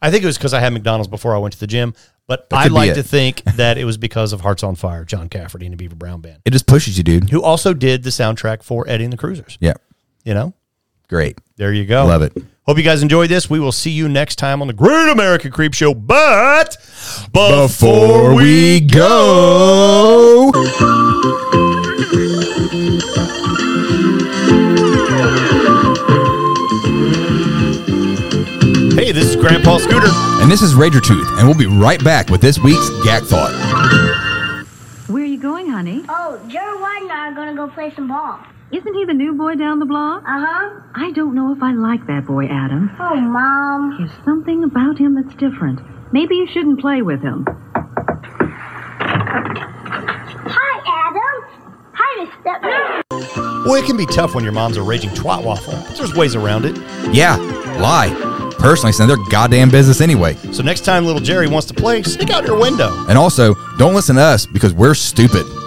Speaker 1: I think it was because I had McDonald's before I went to the gym, but I
Speaker 2: could be
Speaker 1: like
Speaker 2: it.
Speaker 1: to think that it was because of Hearts on Fire, John Cafferty and the Beaver Brown Band,
Speaker 2: It just pushes you, dude.
Speaker 1: who also did the soundtrack for Eddie and the Cruisers.
Speaker 2: Yeah.
Speaker 1: You know,
Speaker 2: Great.
Speaker 1: there you go.
Speaker 2: Love it.
Speaker 1: Hope you guys enjoyed this. We will see you next time on the Great American Creep Show. But
Speaker 2: Before we go.
Speaker 1: hey, this is Grandpa Scooter.
Speaker 2: And this is Rager Tooth, and we'll be right back with this week's Gag Thought.
Speaker 4: Where are you going, honey?
Speaker 5: Oh, Joe White and I are gonna go play some ball.
Speaker 4: Isn't he the new boy down the block?
Speaker 5: Uh huh.
Speaker 4: I don't know if I like that boy, Adam.
Speaker 5: Oh, Mom.
Speaker 4: There's something about him that's different. Maybe you shouldn't play with him.
Speaker 5: Hi, Adam. Hi, Miss Stepmom.
Speaker 1: Boy, it can be tough when your mom's a raging twat waffle, but there's ways around it.
Speaker 2: Yeah, lie. Personally, it's none of their goddamn business anyway.
Speaker 1: So next time little Jerry wants to play, sneak out your window.
Speaker 2: And also, don't listen to us because we're stupid.